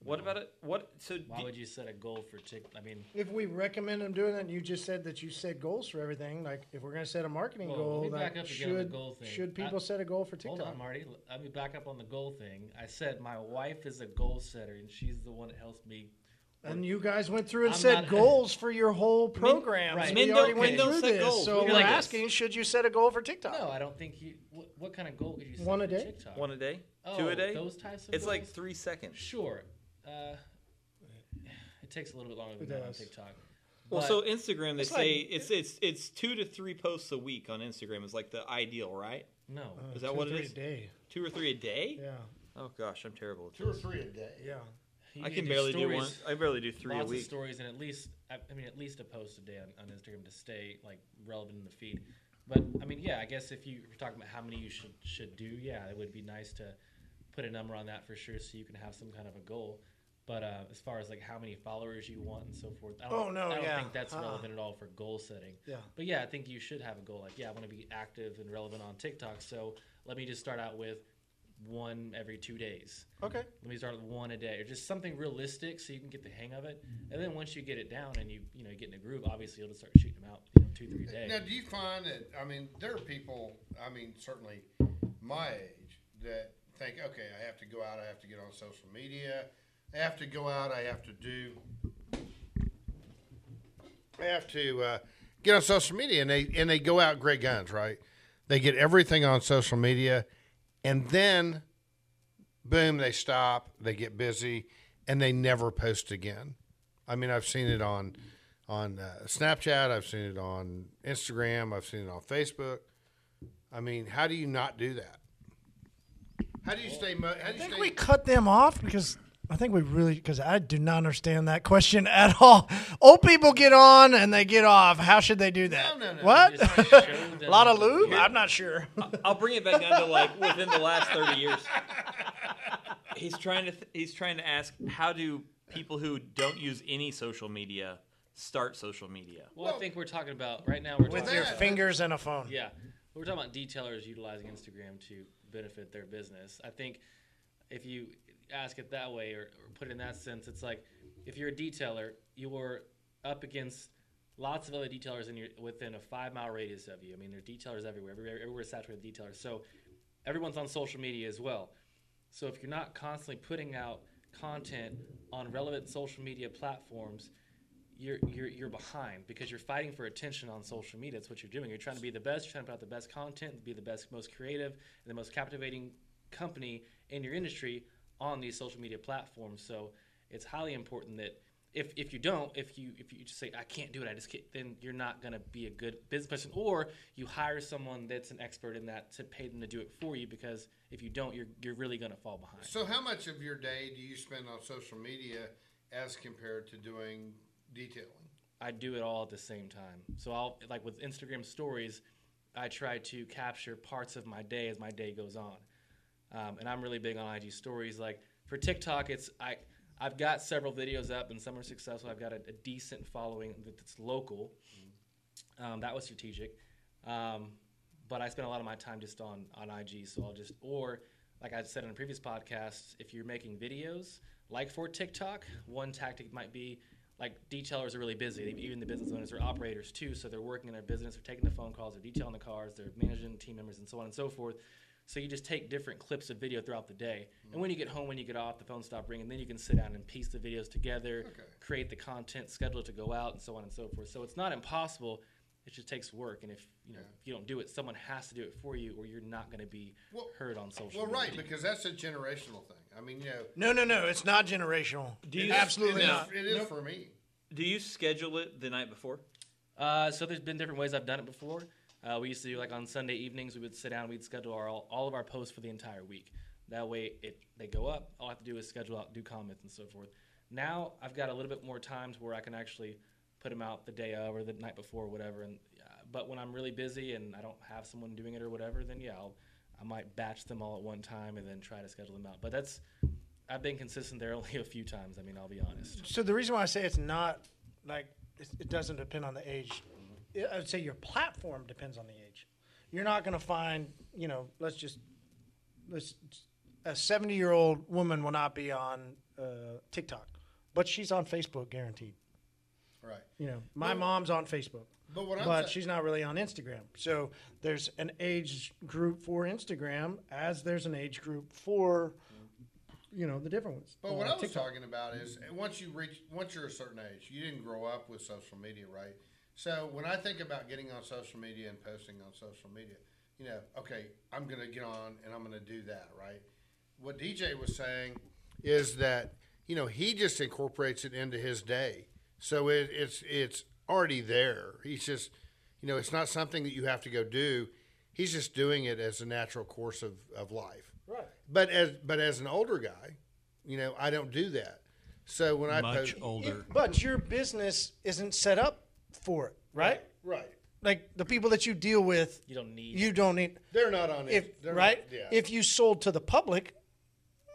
Speaker 2: What about it? What so?
Speaker 5: Why
Speaker 2: do-
Speaker 5: would you set a goal for tick? I mean,
Speaker 4: If we recommend them doing that, and you just said that you set goals for everything. Like if we're going to set a marketing
Speaker 5: Whoa,
Speaker 4: goal,
Speaker 5: let me
Speaker 4: like,
Speaker 5: back up again on the
Speaker 4: should
Speaker 5: goal thing.
Speaker 4: should
Speaker 5: I-
Speaker 4: people set a goal for TikTok?
Speaker 5: hold on, Marty. L- Let me back up on the goal thing. I said my wife is a goal setter, and she's the one that helps me.
Speaker 4: And you guys went through and
Speaker 5: I'm
Speaker 4: set
Speaker 5: not-
Speaker 4: goals for your whole program.
Speaker 5: right.
Speaker 4: We
Speaker 2: Men
Speaker 4: already
Speaker 2: don't-
Speaker 4: went
Speaker 2: men don't
Speaker 4: through
Speaker 2: set
Speaker 4: this,
Speaker 2: goals.
Speaker 4: so
Speaker 2: We
Speaker 4: we're
Speaker 2: do like this.
Speaker 4: asking: Should you set a goal for TikTok?
Speaker 5: No, I don't think you. What, what kind of goal could you set
Speaker 4: One a
Speaker 5: for
Speaker 4: day?
Speaker 5: TikTok?
Speaker 2: One a day,
Speaker 5: Oh,
Speaker 2: two a day.
Speaker 5: Those types of
Speaker 2: it's like
Speaker 5: goals?
Speaker 2: three seconds.
Speaker 5: Sure. Uh, it takes a little bit longer than that on
Speaker 4: does.
Speaker 5: TikTok.
Speaker 2: Well,
Speaker 5: But-
Speaker 2: so Instagram, they
Speaker 4: It's
Speaker 2: say
Speaker 4: like-
Speaker 2: it's it's it's two to three posts a week on Instagram is like the ideal, right?
Speaker 4: Uh,
Speaker 5: no.
Speaker 2: Is that what it is?
Speaker 4: Day.
Speaker 2: Two or three a day?
Speaker 4: Yeah,
Speaker 2: Oh gosh, I'm terrible. At
Speaker 6: two or
Speaker 2: this.
Speaker 6: three a day?
Speaker 4: yeah.
Speaker 5: You
Speaker 2: I
Speaker 5: need
Speaker 2: can
Speaker 5: to
Speaker 2: barely do
Speaker 5: stories-
Speaker 2: one. I barely do three
Speaker 5: lots
Speaker 2: a week.
Speaker 5: of stories and at least I, I mean at least a post a day on, on Instagram to stay like relevant in the feed. But I mean, yeah, I guess if you were talking about how many you should should do, yeah, it would be nice to put a number on that for sure, so you can have some kind of a goal. But uh, as far as like how many followers you want and so forth, I don't,
Speaker 4: Oh, no,
Speaker 5: I don't
Speaker 4: yeah,
Speaker 5: think that's
Speaker 4: uh-uh.
Speaker 5: relevant at all for goal setting.
Speaker 4: Yeah.
Speaker 5: But yeah, I think you should have a goal. Like, yeah, I want to be active and relevant on TikTok. So let me just start out with one every two days
Speaker 4: Okay.
Speaker 5: let me start with one a day or just something realistic so you can get the hang of it and then once you get it down and you you know get in a groove obviously you'll just start shooting them out you know two three a day
Speaker 6: Now, do you find that? I mean, there are people. I mean, certainly my age that think, okay, I have to go out. I have to get on social media. I have to go out. I have to do. I have to uh, get on social media, and they and they go out great guns, right? They get everything on social media, and then, boom, they stop. They get busy, and they never post again. I mean, I've seen it on on uh, Snapchat. I've seen it on Instagram. I've seen it on Facebook. I mean, how do you not do that? How do you stay? Mo- how do
Speaker 4: I
Speaker 6: you
Speaker 4: think
Speaker 6: stay?
Speaker 4: we cut them off because I think we really because I do not understand that question [laughs] at all. Old people get on and they get off. How should they do that?
Speaker 6: No, no, no.
Speaker 4: What?
Speaker 5: Just show them-
Speaker 4: [laughs] a lot of lube? I'm not sure.
Speaker 2: I'll bring it back down to like within the last thirty years. He's trying to th- he's trying to ask how do people who don't use any social media start social media?
Speaker 5: well i think we're talking about right now we're
Speaker 4: With
Speaker 5: talking
Speaker 4: your
Speaker 5: about,
Speaker 4: fingers and a phone.
Speaker 5: yeah we're talking about detailers utilizing instagram to benefit their business i think if you ask it that way or, or put it in that sense it's like if you're a detailer you're up against lots of other detailers in your within a five mile radius of you i mean there's detailers everywhere everywhere, everywhere is saturated with detailers so everyone's on social media as well So if you're not constantly putting out content on relevant social media platforms, you're you're you're behind because you're fighting for attention on social media. That's what you're doing. You're trying to be the best, you're trying to put out the best content, be the best, most creative, and the most captivating company in your industry on these social media platforms. So it's highly important that if, if you don't, if you if you just say I can't do it, I just can't, then you're not gonna be a good business person, or you hire someone that's an expert in that to pay them to do it for you. Because if you don't, you're you're really gonna fall behind.
Speaker 6: So, how much of your day do you spend on social media as compared to doing detailing?
Speaker 5: I do it all at the same time. So I'll like with Instagram stories, I try to capture parts of my day as my day goes on. Um, and I'm really big on IG stories. Like for TikTok, it's I I've got several videos up and some are successful. I've got a, a decent following that's local. Um, that was strategic. Um, but I spend a lot of my time just on on IG. So I'll just or like I said in a previous podcast, if you're making videos, like for TikTok, one tactic might be like detailers are really busy. They- Even the business owners are operators too, so they're working in their business, they're taking the phone calls, they're detailing the cars, they're managing team members, and so on and so forth. So you just take different clips of video throughout the day, and when you get home, when you get off, the phone stop ringing. Then you can sit down and piece the videos together, create the content, schedule it to go out, and so on and so forth. So it's not impossible. It just takes work, and if you know if you don't do it, someone has to do it for you, or you're not going to be
Speaker 6: Well-
Speaker 5: heard on social.
Speaker 6: Well,
Speaker 5: media.
Speaker 6: right, because that's a generational thing. I mean, you know,
Speaker 4: No, no, no. It's not generational.
Speaker 2: Do you-
Speaker 4: Absolutely
Speaker 6: it is,
Speaker 4: not.
Speaker 6: It is for me.
Speaker 2: Do you schedule it the night before?
Speaker 5: Uh, so there's been different ways I've done it before. Uh, we used to do like on Sunday evenings, we would sit down, we'd schedule our, all of our posts for the entire week. That way, it they go up. All I have to do is schedule out, do comments, and so forth. Now I've got a little bit more time to where I can actually put them out the day of or the night before, or whatever. And uh, but when I'm really busy and I don't have someone doing it or whatever, then yeah, I'll, I might batch them all at one time and then try to schedule them out. But that's I've been consistent there [laughs] only a few times. I mean, I'll be honest.
Speaker 4: So the reason why I say it's not like it, it doesn't depend on the age, I- I would say your platform depends on the age. You're not going to find, you know, let's just let's a 70 year old woman will not be on uh, TikTok, but she's on Facebook guaranteed.
Speaker 6: Right.
Speaker 4: You know, my mom's on Facebook,
Speaker 6: but what I'm sa-
Speaker 4: she's not really on Instagram. So there's an age group for Instagram, as there's an age group for, you know, the different ones.
Speaker 6: But what
Speaker 4: uh,
Speaker 6: I was
Speaker 4: TikTok.
Speaker 6: talking about is uh, once you reach, once you're a certain age, you didn't grow up with social media, right? So when I think about getting on social media and posting on social media, you know, okay, I'm going to get on and I'm going to do that, right? What DJ was saying is that you know he just incorporates it into his day, so it, it's it's already there. He's just you know it's not something that you have to go do. He's just doing it as a natural course of, of life. Right. But as but as an older guy, you know, I don't do that. So when I
Speaker 3: Much
Speaker 6: post,
Speaker 3: older.
Speaker 4: But your business isn't set up for it, right?
Speaker 6: right?
Speaker 4: Like the people that you deal with,
Speaker 5: You don't need
Speaker 4: you don't need
Speaker 6: They're not on
Speaker 4: if
Speaker 6: it. They're
Speaker 4: right.
Speaker 6: Not, yeah.
Speaker 4: If you sold to the public,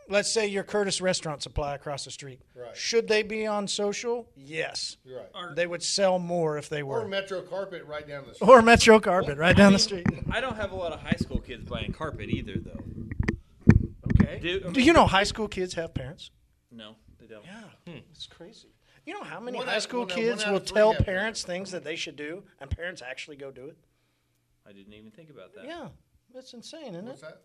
Speaker 4: let's say your Curtis Restaurant Supply across the street,
Speaker 6: Right.
Speaker 4: should they be on social? Yes,
Speaker 6: You're right.
Speaker 4: they would sell more if they
Speaker 6: Or
Speaker 4: were.
Speaker 6: Metro Carpet right down the street.
Speaker 4: Or Metro Carpet right down the street.
Speaker 2: I don't have a lot of high school kids buying carpet either, though.
Speaker 4: Okay.
Speaker 2: Do-
Speaker 4: Do you know high school kids have parents?
Speaker 2: No, they don't.
Speaker 5: Hmm.
Speaker 4: It's crazy. You know how many
Speaker 6: One
Speaker 4: high
Speaker 6: out-
Speaker 4: school
Speaker 6: one out-
Speaker 4: kids
Speaker 6: one out
Speaker 4: will
Speaker 6: of three
Speaker 4: tell
Speaker 6: have
Speaker 4: parents things that they should do, and parents actually go do it?
Speaker 2: I didn't even think about that.
Speaker 4: Yeah, that's insane, isn't
Speaker 6: What's
Speaker 4: it?
Speaker 6: that?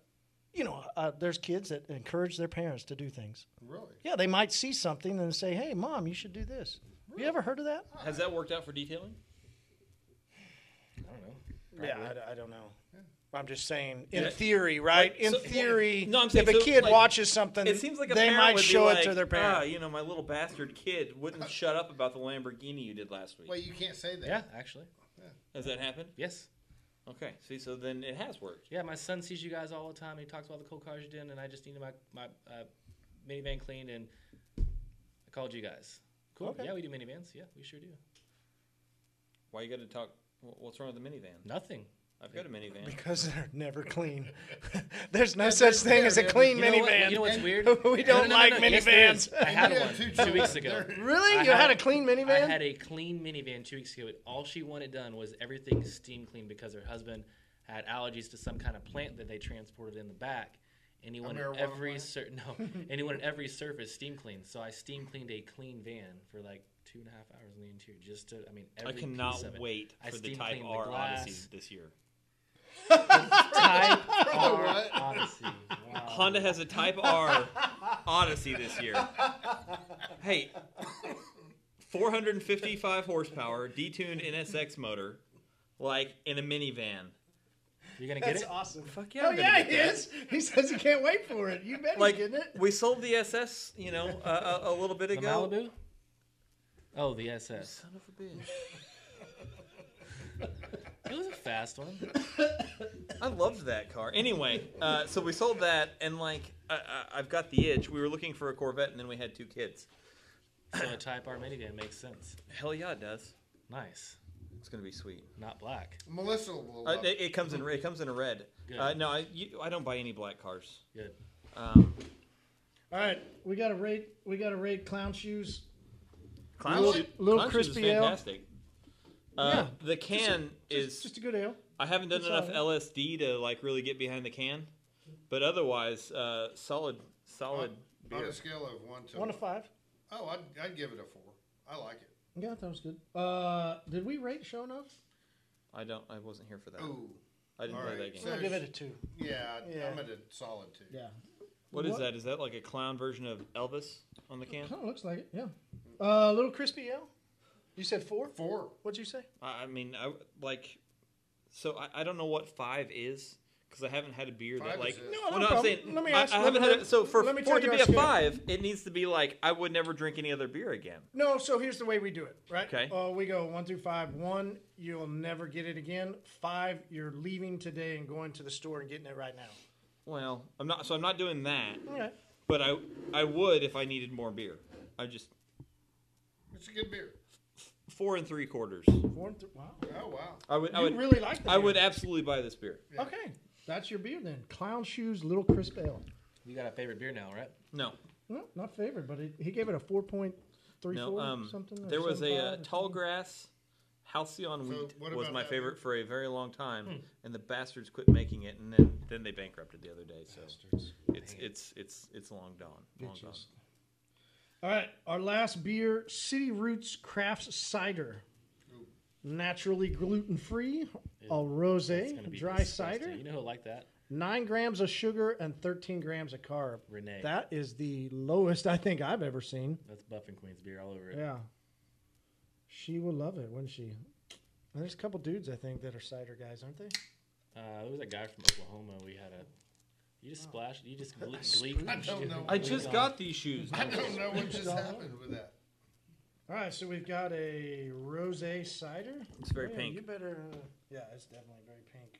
Speaker 4: You know, uh, there's kids that encourage their parents to do things.
Speaker 6: Really?
Speaker 4: Yeah, they might see something and say, "Hey, mom, you should do this." Have You ever heard of that?
Speaker 2: Has that worked out for detailing?
Speaker 4: Yeah, I, I don't know. I'm just saying, in
Speaker 2: Yeah.
Speaker 4: theory, right?
Speaker 2: Like,
Speaker 4: in
Speaker 2: so-
Speaker 4: theory,
Speaker 2: No, I'm saying,
Speaker 4: if a
Speaker 2: so,
Speaker 4: kid
Speaker 2: like,
Speaker 4: watches something,
Speaker 2: It seems like a
Speaker 4: they
Speaker 2: parent
Speaker 4: might
Speaker 2: would be
Speaker 4: show
Speaker 2: like,
Speaker 4: it to their
Speaker 2: Ah,
Speaker 4: parent.
Speaker 2: you know, my little bastard kid wouldn't shut up about the Lamborghini you did last week.
Speaker 6: Well, you can't say that.
Speaker 5: Yeah, actually,
Speaker 2: Has that happened?
Speaker 5: yes.
Speaker 2: Okay. See, so then it has worked.
Speaker 5: Yeah, my son sees you guys all the time. He talks about the cool cars you did, and I just needed my my uh, minivan cleaned, and I called you guys. Cool.
Speaker 4: Okay.
Speaker 5: Yeah, we do minivans. Yeah, we sure do.
Speaker 2: Why you got to talk? wh- What's wrong with the minivan?
Speaker 5: Nothing.
Speaker 2: I've got a minivan.
Speaker 4: [laughs] Because they're never clean. [laughs] There's no such thing as a clean
Speaker 5: You know what-
Speaker 4: minivan.
Speaker 5: You know what's weird?
Speaker 4: [laughs] We don't like
Speaker 5: Yes, there is.
Speaker 4: minivans.
Speaker 5: I
Speaker 6: [laughs]
Speaker 5: had
Speaker 6: You
Speaker 5: one
Speaker 6: have two
Speaker 5: two weeks ago.
Speaker 4: Really?
Speaker 5: I
Speaker 4: you
Speaker 5: had-
Speaker 4: had a clean
Speaker 5: I
Speaker 4: minivan?
Speaker 5: had a clean minivan two weeks ago. And all she wanted done was everything steam clean because her husband had allergies to some kind of plant that they transported in the back. And he wanted
Speaker 6: marijuana
Speaker 5: every
Speaker 6: plant?
Speaker 5: sur- no, and he wanted every surface steam cleaned. So I steam cleaned a clean van for like two and a half hours in the interior, just to. I mean, every
Speaker 2: I cannot
Speaker 5: piece of it.
Speaker 2: wait
Speaker 5: I
Speaker 2: for the
Speaker 5: steam
Speaker 2: Type
Speaker 5: cleaned
Speaker 2: R
Speaker 5: glass.
Speaker 2: Odyssey this year.
Speaker 5: Type R
Speaker 6: what?
Speaker 5: Odyssey. Wow.
Speaker 2: [laughs] Honda has a
Speaker 5: [laughs]
Speaker 2: Type R Odyssey this year. Hey, 455 horsepower, detuned NSX motor, like in a minivan.
Speaker 5: You're gonna get
Speaker 4: That's
Speaker 5: it.
Speaker 4: awesome.
Speaker 2: Fuck yeah,
Speaker 4: Oh,
Speaker 2: I'm gonna
Speaker 4: yeah,
Speaker 2: get
Speaker 4: he
Speaker 2: that.
Speaker 4: is. He says he can't wait for it. You bet
Speaker 2: Like
Speaker 4: he's getting it.
Speaker 2: we sold the SS, you know, uh, a, a little bit
Speaker 5: The
Speaker 2: ago.
Speaker 5: Malibu. Oh, the SS.
Speaker 2: Son of a bitch.
Speaker 5: It was a fast one.
Speaker 2: I loved that car. Anyway, uh, so we sold that, and like I, I, I've got the itch. We were looking for a Corvette, and then we had two kids.
Speaker 5: So a Type R minivan makes sense.
Speaker 2: Hell yeah, it does.
Speaker 5: Nice.
Speaker 2: It's gonna be sweet.
Speaker 5: Not black.
Speaker 6: Melissa will.
Speaker 2: Uh,
Speaker 6: love it.
Speaker 2: it, it comes in it comes in a red.
Speaker 5: Good.
Speaker 2: Uh, no, I you, I don't buy any black cars.
Speaker 5: Good.
Speaker 2: Um,
Speaker 4: All right, we gotta rate. We gotta rate clown shoes.
Speaker 2: Clown
Speaker 4: Little-
Speaker 2: Shoe-
Speaker 4: Little
Speaker 2: Clown Shoes is
Speaker 4: Crispy L.
Speaker 2: fantastic. Uh, The can is.
Speaker 4: It's just a good ale.
Speaker 2: I haven't done
Speaker 4: It's
Speaker 2: enough
Speaker 4: solid.
Speaker 2: LSD to like really get behind the can, but otherwise, uh, solid, solid
Speaker 6: On
Speaker 2: beer.
Speaker 6: a scale of one to
Speaker 4: One to five.
Speaker 6: oh, I'd, I'd give it a four. I like it.
Speaker 4: Yeah, that was good. Uh, did we rate show enough?
Speaker 2: I don't. I wasn't here for that.
Speaker 6: Ooh,
Speaker 2: I didn't
Speaker 6: all
Speaker 2: play
Speaker 6: right.
Speaker 2: that game.
Speaker 4: I'm gonna give it a two.
Speaker 6: Oh, yeah,
Speaker 4: Yeah.
Speaker 6: I'm at a solid two.
Speaker 4: Yeah.
Speaker 2: What is
Speaker 4: What?
Speaker 2: that? Is that like a clown version of Elvis on the can?
Speaker 4: Kind of looks like Oh, it. Yeah. Uh, a little crispy ale. You said four.
Speaker 6: Four.
Speaker 4: What'd you say?
Speaker 2: I, I mean, I like. So I, I don't know what five is because I haven't had a beer that
Speaker 6: Five is
Speaker 2: like.
Speaker 6: it.
Speaker 2: well,
Speaker 6: No,
Speaker 4: Oh, no
Speaker 2: I'm
Speaker 4: problem.
Speaker 2: saying
Speaker 4: Let me
Speaker 2: I,
Speaker 4: ask-
Speaker 2: I
Speaker 4: let
Speaker 2: haven't
Speaker 4: me-
Speaker 2: had it. So for,
Speaker 4: let me
Speaker 2: for
Speaker 4: tell
Speaker 2: it to
Speaker 4: you
Speaker 2: be
Speaker 4: our
Speaker 2: a
Speaker 4: scale.
Speaker 2: five, it needs to be like I would never drink any other beer again.
Speaker 4: No. So here's the way we do it. Right.
Speaker 2: Okay.
Speaker 4: Uh, we go one through five. One, you'll never get it again. Five, you're leaving today and going to the store and getting it right now.
Speaker 2: Well, I'm not. So I'm not doing that.
Speaker 4: Okay.
Speaker 2: But I I would if I needed more beer. I just
Speaker 6: It's a good beer.
Speaker 2: four and three quarters.
Speaker 4: Four and th- wow. [laughs]
Speaker 6: Oh wow.
Speaker 2: I would. I
Speaker 4: You
Speaker 2: would
Speaker 4: really like the
Speaker 2: I would
Speaker 4: beer.
Speaker 2: absolutely buy this beer.
Speaker 4: Okay. That's your beer then. Clown shoes, little crisp ale.
Speaker 5: You got a favorite beer now, right?
Speaker 2: No.
Speaker 4: No, not favorite, but it, he gave it a four point three four
Speaker 2: No. Um.
Speaker 4: something. or
Speaker 2: There was a uh,
Speaker 4: 7.5 or
Speaker 2: tall
Speaker 4: something.
Speaker 2: grass. Halcyon wheat
Speaker 6: what
Speaker 2: was
Speaker 6: about
Speaker 2: my
Speaker 6: that
Speaker 2: favorite for a very long time,
Speaker 4: Hmm.
Speaker 2: and the bastards quit making it, and then, then they bankrupted the other day. So it's it's it's it's long gone. Long gone.
Speaker 4: All right, our last beer, City Roots Crafts Cider. Naturally gluten free, a rose, [laughs]
Speaker 5: Gonna be
Speaker 4: dry
Speaker 5: disgusting.
Speaker 4: cider,
Speaker 5: You know who like that?
Speaker 4: nine grams of sugar, and 13 grams of carb.
Speaker 5: Renee.
Speaker 4: That is the lowest I think I've ever seen.
Speaker 5: That's Buff and Queen's beer all over it.
Speaker 4: Yeah. She will love it, wouldn't she? There's a couple dudes I think that are cider guys, aren't they?
Speaker 5: Uh, there was a guy from Oklahoma. We had a. You just splashed. You just gle- gleeked.
Speaker 6: I don't know.
Speaker 2: I just got these shoes.
Speaker 6: I don't know what just happened with that.
Speaker 4: All right, so we've got a rose cider.
Speaker 2: It's very
Speaker 4: Oh, yeah,
Speaker 2: pink.
Speaker 4: You better. Uh, yeah, it's definitely very pink.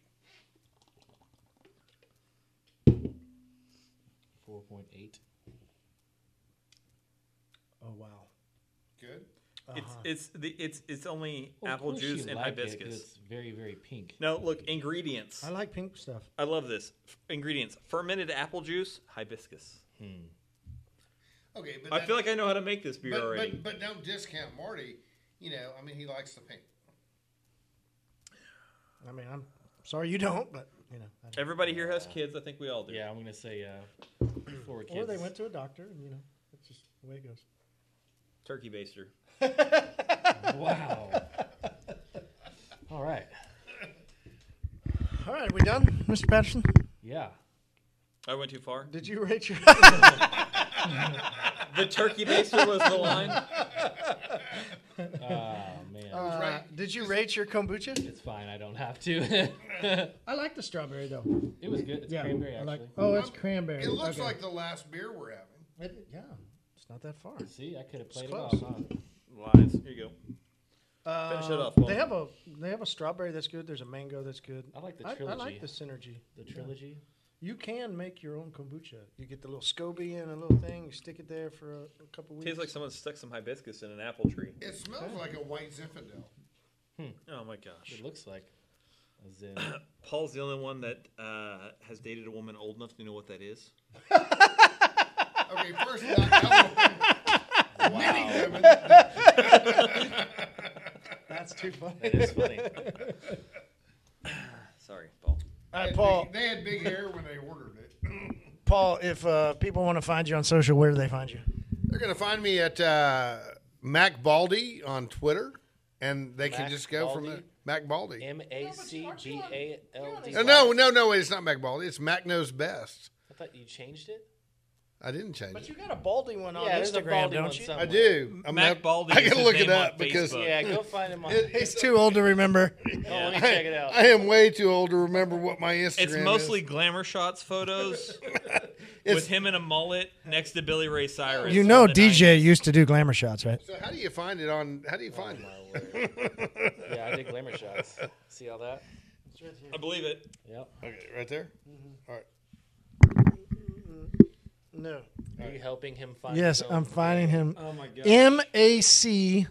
Speaker 5: Four point eight.
Speaker 4: Oh, wow.
Speaker 6: Good.
Speaker 2: It's it's the it's it's only apple juice and hibiscus.
Speaker 5: it's very very
Speaker 2: [laughs]
Speaker 5: pink.
Speaker 2: Now look ingredients.
Speaker 4: I like pink stuff.
Speaker 2: I love this F- ingredients: fermented apple juice, hibiscus.
Speaker 6: Okay, but
Speaker 2: I
Speaker 6: that-
Speaker 2: feel like I know how to make this beer
Speaker 6: but,
Speaker 2: already.
Speaker 6: but but don't discount Marty. You know, I mean, he likes the pink.
Speaker 4: I mean, I'm sorry you don't, but you know. I don't.
Speaker 2: Everybody here has kids. I think we all do.
Speaker 5: Yeah, I'm gonna say uh, four kids.
Speaker 4: Or they went to a doctor, and you know, that's just the way it goes.
Speaker 2: Turkey baster.
Speaker 5: [laughs]
Speaker 4: [laughs]
Speaker 5: Wow. all right.
Speaker 4: All right, we done, Mr. Patterson?
Speaker 5: Yeah.
Speaker 2: I went too far.
Speaker 4: Did you rate
Speaker 5: [laughs]
Speaker 4: your?
Speaker 2: The turkey baster was the line.
Speaker 5: Oh man,
Speaker 4: Uh,
Speaker 6: right.
Speaker 4: did you rate your kombucha?
Speaker 5: it's fine. I don't have to. [laughs]
Speaker 4: I like the strawberry though.
Speaker 5: it was good. It's
Speaker 4: Yeah,
Speaker 5: cranberry
Speaker 4: I
Speaker 5: actually.
Speaker 4: like. Oh, it's cranberry.
Speaker 6: It looks
Speaker 4: Okay.
Speaker 6: like the last beer we're having.
Speaker 4: It- yeah, it's not that far.
Speaker 5: See, I could have played it
Speaker 4: close.
Speaker 5: off. Huh?
Speaker 2: Lies. Here you go. Finish it off. Paul.
Speaker 4: Uh, They have a they have a strawberry that's good. There's a mango that's good.
Speaker 5: I like the
Speaker 4: I, I
Speaker 5: trilogy.
Speaker 4: like the synergy.
Speaker 5: The trilogy.
Speaker 4: You can make your own kombucha. You get the little SCOBY and a little thing. You stick it there for a, a couple weeks.
Speaker 2: Tastes like someone stuck some hibiscus in an apple tree.
Speaker 6: It smells like a white Zinfandel.
Speaker 2: Oh my gosh.
Speaker 5: It looks like a Zen.
Speaker 2: Paul's the only one that uh, has dated a woman old enough to know what that is.
Speaker 6: Okay, first of all, I
Speaker 2: [laughs]
Speaker 6: don't know many women.
Speaker 4: That's too funny.
Speaker 5: It's funny.
Speaker 2: Sorry, Paul.
Speaker 4: All right,
Speaker 6: had
Speaker 4: Paul.
Speaker 6: big- They had big hair when they ordered it.
Speaker 4: Paul, if uh, people want to find you on social, where do they find you?
Speaker 6: They're going to find me at uh, Mac Baldy on Twitter, and they can
Speaker 5: Mac
Speaker 6: just go from
Speaker 5: Baldy?
Speaker 6: there. Mac Baldy.
Speaker 5: M A C B A L D.
Speaker 6: Uh, no, no, no, wait, it's not Mac Baldy. It's Mac Knows Best.
Speaker 5: I thought you changed it.
Speaker 6: I didn't change
Speaker 4: But
Speaker 6: it.
Speaker 4: you got a baldy one on
Speaker 5: there's a
Speaker 4: Instagram,
Speaker 5: baldy one
Speaker 4: don't you?
Speaker 5: somewhere.
Speaker 6: I do. I'm
Speaker 2: Mac
Speaker 6: not-
Speaker 2: Baldy
Speaker 6: [laughs] I
Speaker 2: is
Speaker 6: gotta
Speaker 2: his
Speaker 6: look it
Speaker 2: name on
Speaker 6: up because
Speaker 2: Facebook.
Speaker 5: Yeah, go find
Speaker 6: [laughs]
Speaker 5: him on.
Speaker 4: He's too old to remember.
Speaker 5: Oh, let me check it out.
Speaker 6: I am way too old to remember what my Instagram
Speaker 2: It's mostly glamour shots
Speaker 6: [laughs]
Speaker 2: photos with him in a mullet next to Billy Ray Cyrus.
Speaker 4: You
Speaker 2: from
Speaker 4: know,
Speaker 2: the
Speaker 4: DJ
Speaker 2: 90s.
Speaker 4: used to do glamour shots, right?
Speaker 6: is. So how do you find it on? How do you find it?
Speaker 5: Yeah, I did glamour shots. See all that?
Speaker 2: I believe it.
Speaker 5: Yep.
Speaker 6: Okay, right there. All right.
Speaker 4: No.
Speaker 5: Are you helping him find?
Speaker 4: Yes, um,
Speaker 5: his own-
Speaker 4: I'm finding him.
Speaker 2: Oh my god.
Speaker 4: M A C.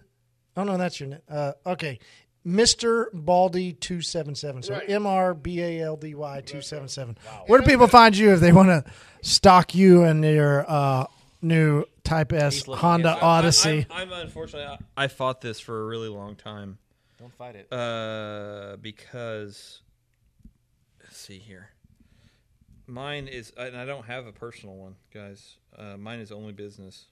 Speaker 4: Oh no, that's your name. Uh, okay, Mister Baldy two seven seven. So
Speaker 6: Right.
Speaker 4: M R B A L D Y two seven seven. Where do people find you if they want to stock you and your uh, new Type S
Speaker 5: looking
Speaker 4: Honda
Speaker 5: at-
Speaker 4: Odyssey?
Speaker 2: I, am unfortunately I, I fought this for a really long time.
Speaker 7: Don't fight it.
Speaker 2: Uh, because let's see here. Mine is, and I don't have a personal one, guys. Uh, mine is only business.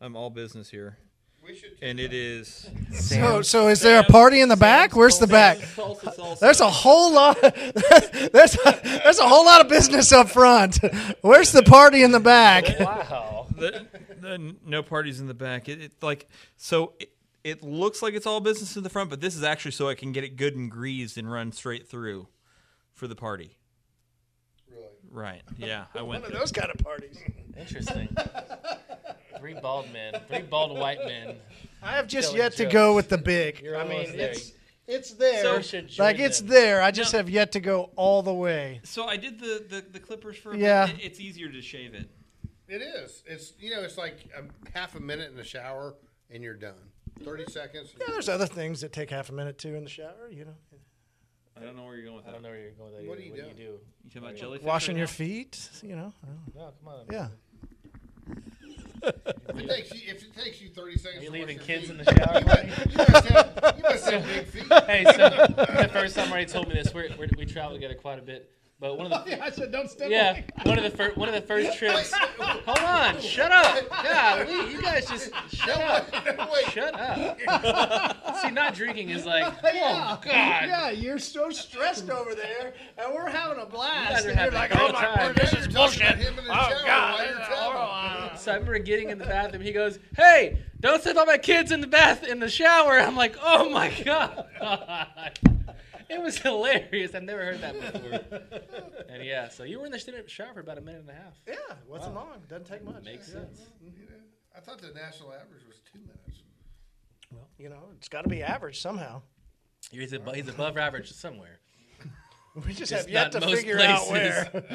Speaker 2: I'm all business here,
Speaker 6: Hmm. We should.
Speaker 2: and it
Speaker 6: [laughs]
Speaker 2: is
Speaker 4: So, so is there a party in the back? Where's the back? [laughs] There's a whole lot. [laughs] There's a, there's a whole lot of business up front. [laughs] Where's the party in the back?
Speaker 7: Wow.
Speaker 2: the, the no parties in the back. It, it like so. It, it looks like it's all business in the front, but this is actually so I can get it good and greased and run straight through for the party.
Speaker 6: Really.
Speaker 2: Right? Yeah, I went. there.
Speaker 4: Those kind of parties.
Speaker 5: Interesting. three bald men, three bald white men.
Speaker 4: I have just
Speaker 5: Telling
Speaker 4: yet to
Speaker 5: jokes.
Speaker 4: go with the big. I mean,
Speaker 5: almost there.
Speaker 4: it's it's there.
Speaker 5: So- You should join
Speaker 4: like it's
Speaker 5: them.
Speaker 4: there. I just have yet to go all the way.
Speaker 2: So I did the the, the clippers for. a
Speaker 4: Yeah.
Speaker 2: bit. It- it's easier to shave it.
Speaker 6: It is. It's you know, it's like a half a minute in the shower and you're done. Thirty seconds.
Speaker 4: Yeah, there's other things that take half a minute too in the shower. You know,
Speaker 2: I don't know where you're going with
Speaker 5: I
Speaker 2: that.
Speaker 5: don't know where you're going with that.
Speaker 6: What
Speaker 5: either.
Speaker 6: do you
Speaker 5: what do you
Speaker 2: You talking about jellyfish?
Speaker 4: washing
Speaker 2: right
Speaker 4: your
Speaker 2: now?
Speaker 4: feet. You know, I don't know.
Speaker 5: do? No, come on.
Speaker 4: yeah.
Speaker 6: If it takes you, if it takes you thirty seconds,
Speaker 5: You
Speaker 6: to
Speaker 5: leaving
Speaker 6: wash your
Speaker 5: kids
Speaker 6: feet,
Speaker 5: in the shower?
Speaker 6: You must have, you
Speaker 5: [laughs]
Speaker 6: must have big feet.
Speaker 5: hey, so
Speaker 6: [laughs]
Speaker 5: the first time already told me this. We're, we're, we travel together quite a bit, but one
Speaker 6: [laughs]
Speaker 5: of the
Speaker 6: I said, don't step
Speaker 5: yeah, one of the first one of the first trips. Hold on, shut up, golly, you guys just shut up,
Speaker 6: No, wait.
Speaker 5: shut up. [laughs] See, not drinking is
Speaker 4: [laughs]
Speaker 5: like, oh God,
Speaker 4: Yeah, you're so stressed over there, and we're having a blast.
Speaker 5: You guys
Speaker 4: and
Speaker 5: are
Speaker 4: you're like,
Speaker 5: having a
Speaker 4: oh
Speaker 5: great
Speaker 4: my
Speaker 5: time."
Speaker 4: word, this is bullshit.
Speaker 6: Him in
Speaker 5: Oh,
Speaker 6: the shower while you're traveling.
Speaker 5: So I remember getting in the bathroom. He goes, "Hey, don't send all my kids in the bath in the shower." I'm like, "Oh my god!" It was hilarious. I've never heard that before. And yeah, so you were in the sh- shower for about a minute and a half.
Speaker 4: "Oh, Yeah, wasn't long. Doesn't take much.
Speaker 5: Makes sense.
Speaker 6: I thought the national average was two minutes.
Speaker 4: You know, it's got to be average somehow. [laughs]
Speaker 5: He's above, he's above average somewhere.
Speaker 4: We just,
Speaker 5: Just
Speaker 4: have yet to
Speaker 5: not most
Speaker 4: figure out where. [laughs]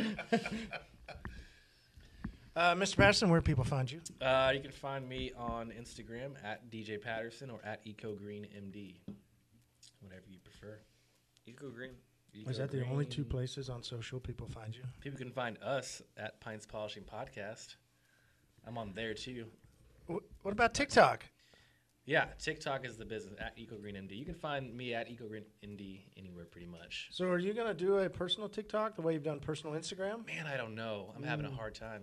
Speaker 4: uh, Mr. Patterson, where do people find you?
Speaker 5: Uh, you can find me on Instagram at DJ Patterson or at EcoGreenMD, whatever you prefer.
Speaker 2: You go green.
Speaker 4: Is that the only two places on social people find you?
Speaker 5: People can find us at Pints Polishing Podcast. I'm on there too.
Speaker 4: What about TikTok?
Speaker 5: Yeah, TikTok is the business at EcoGreenMD. You can find me at EcoGreenMD anywhere pretty much.
Speaker 4: So, are you going to do a personal TikTok the way you've done personal Instagram?
Speaker 5: Man, I don't know. I'm
Speaker 4: Mm.
Speaker 5: having a hard time.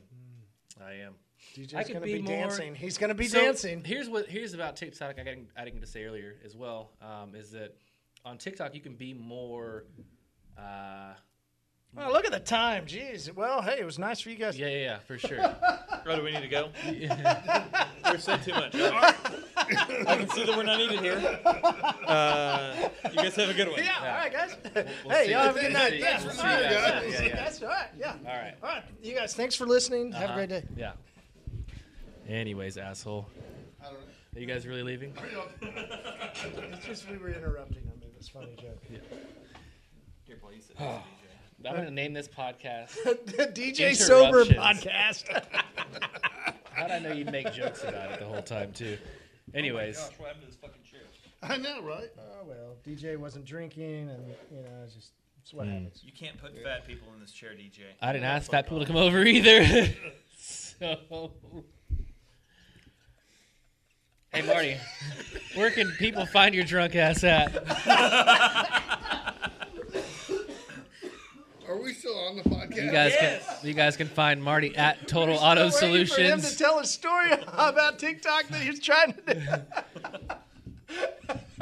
Speaker 5: I am. I
Speaker 4: DJ's
Speaker 5: could
Speaker 4: going to
Speaker 5: be
Speaker 4: be,
Speaker 5: more-
Speaker 4: dancing. He's going to be
Speaker 5: So,
Speaker 4: dancing.
Speaker 5: Here's what here's about TikTok. I didn't I didn't get to say earlier as well um, is that on TikTok you can be more. Uh,
Speaker 4: Oh, look at the time. Jeez. Well, hey, it was nice for you guys.
Speaker 5: yeah, yeah, yeah,
Speaker 4: [laughs]
Speaker 5: for sure.
Speaker 2: Right, do we need to go? [laughs] we're said too much. I can see that we're not needed here. Uh, you guys have a good one.
Speaker 4: Yeah, all right, guys. [laughs] hey, y'all have a good night.
Speaker 5: We'll
Speaker 4: Yeah,
Speaker 5: see
Speaker 4: all right. [laughs]
Speaker 5: you guys. Yeah, yeah, yeah.
Speaker 4: That's all right. Yeah.
Speaker 5: All right. Uh-huh.
Speaker 4: All right. You guys, thanks for listening. Have a great day.
Speaker 5: Yeah. Anyways, asshole. Are you guys really leaving? [laughs]
Speaker 4: It's just we were interrupting. I made this funny joke.
Speaker 2: Here, boy, you sit.
Speaker 5: I'm gonna name this podcast.
Speaker 4: [laughs] the DJ Sober
Speaker 5: Interruptions.
Speaker 4: podcast.
Speaker 5: [laughs] How'd I know you'd make jokes about it the whole time too? Anyways,
Speaker 2: Gosh, what happened to this fucking chair?
Speaker 6: I know, right?
Speaker 4: oh well, DJ wasn't drinking, and you know, it's just it's
Speaker 5: Hmm.
Speaker 4: what happens.
Speaker 2: You can't put fat people in this chair, DJ. [laughs]
Speaker 5: I didn't ask fat people to come over either. [laughs] so, hey Marty, where can people find your drunk ass at?
Speaker 6: Are we still on the podcast?
Speaker 5: You guys can you guys can find Marty at Total Auto
Speaker 4: Waiting For him to
Speaker 5: Solutions.
Speaker 4: tell a story [laughs] about TikTok that he's trying to do. [laughs]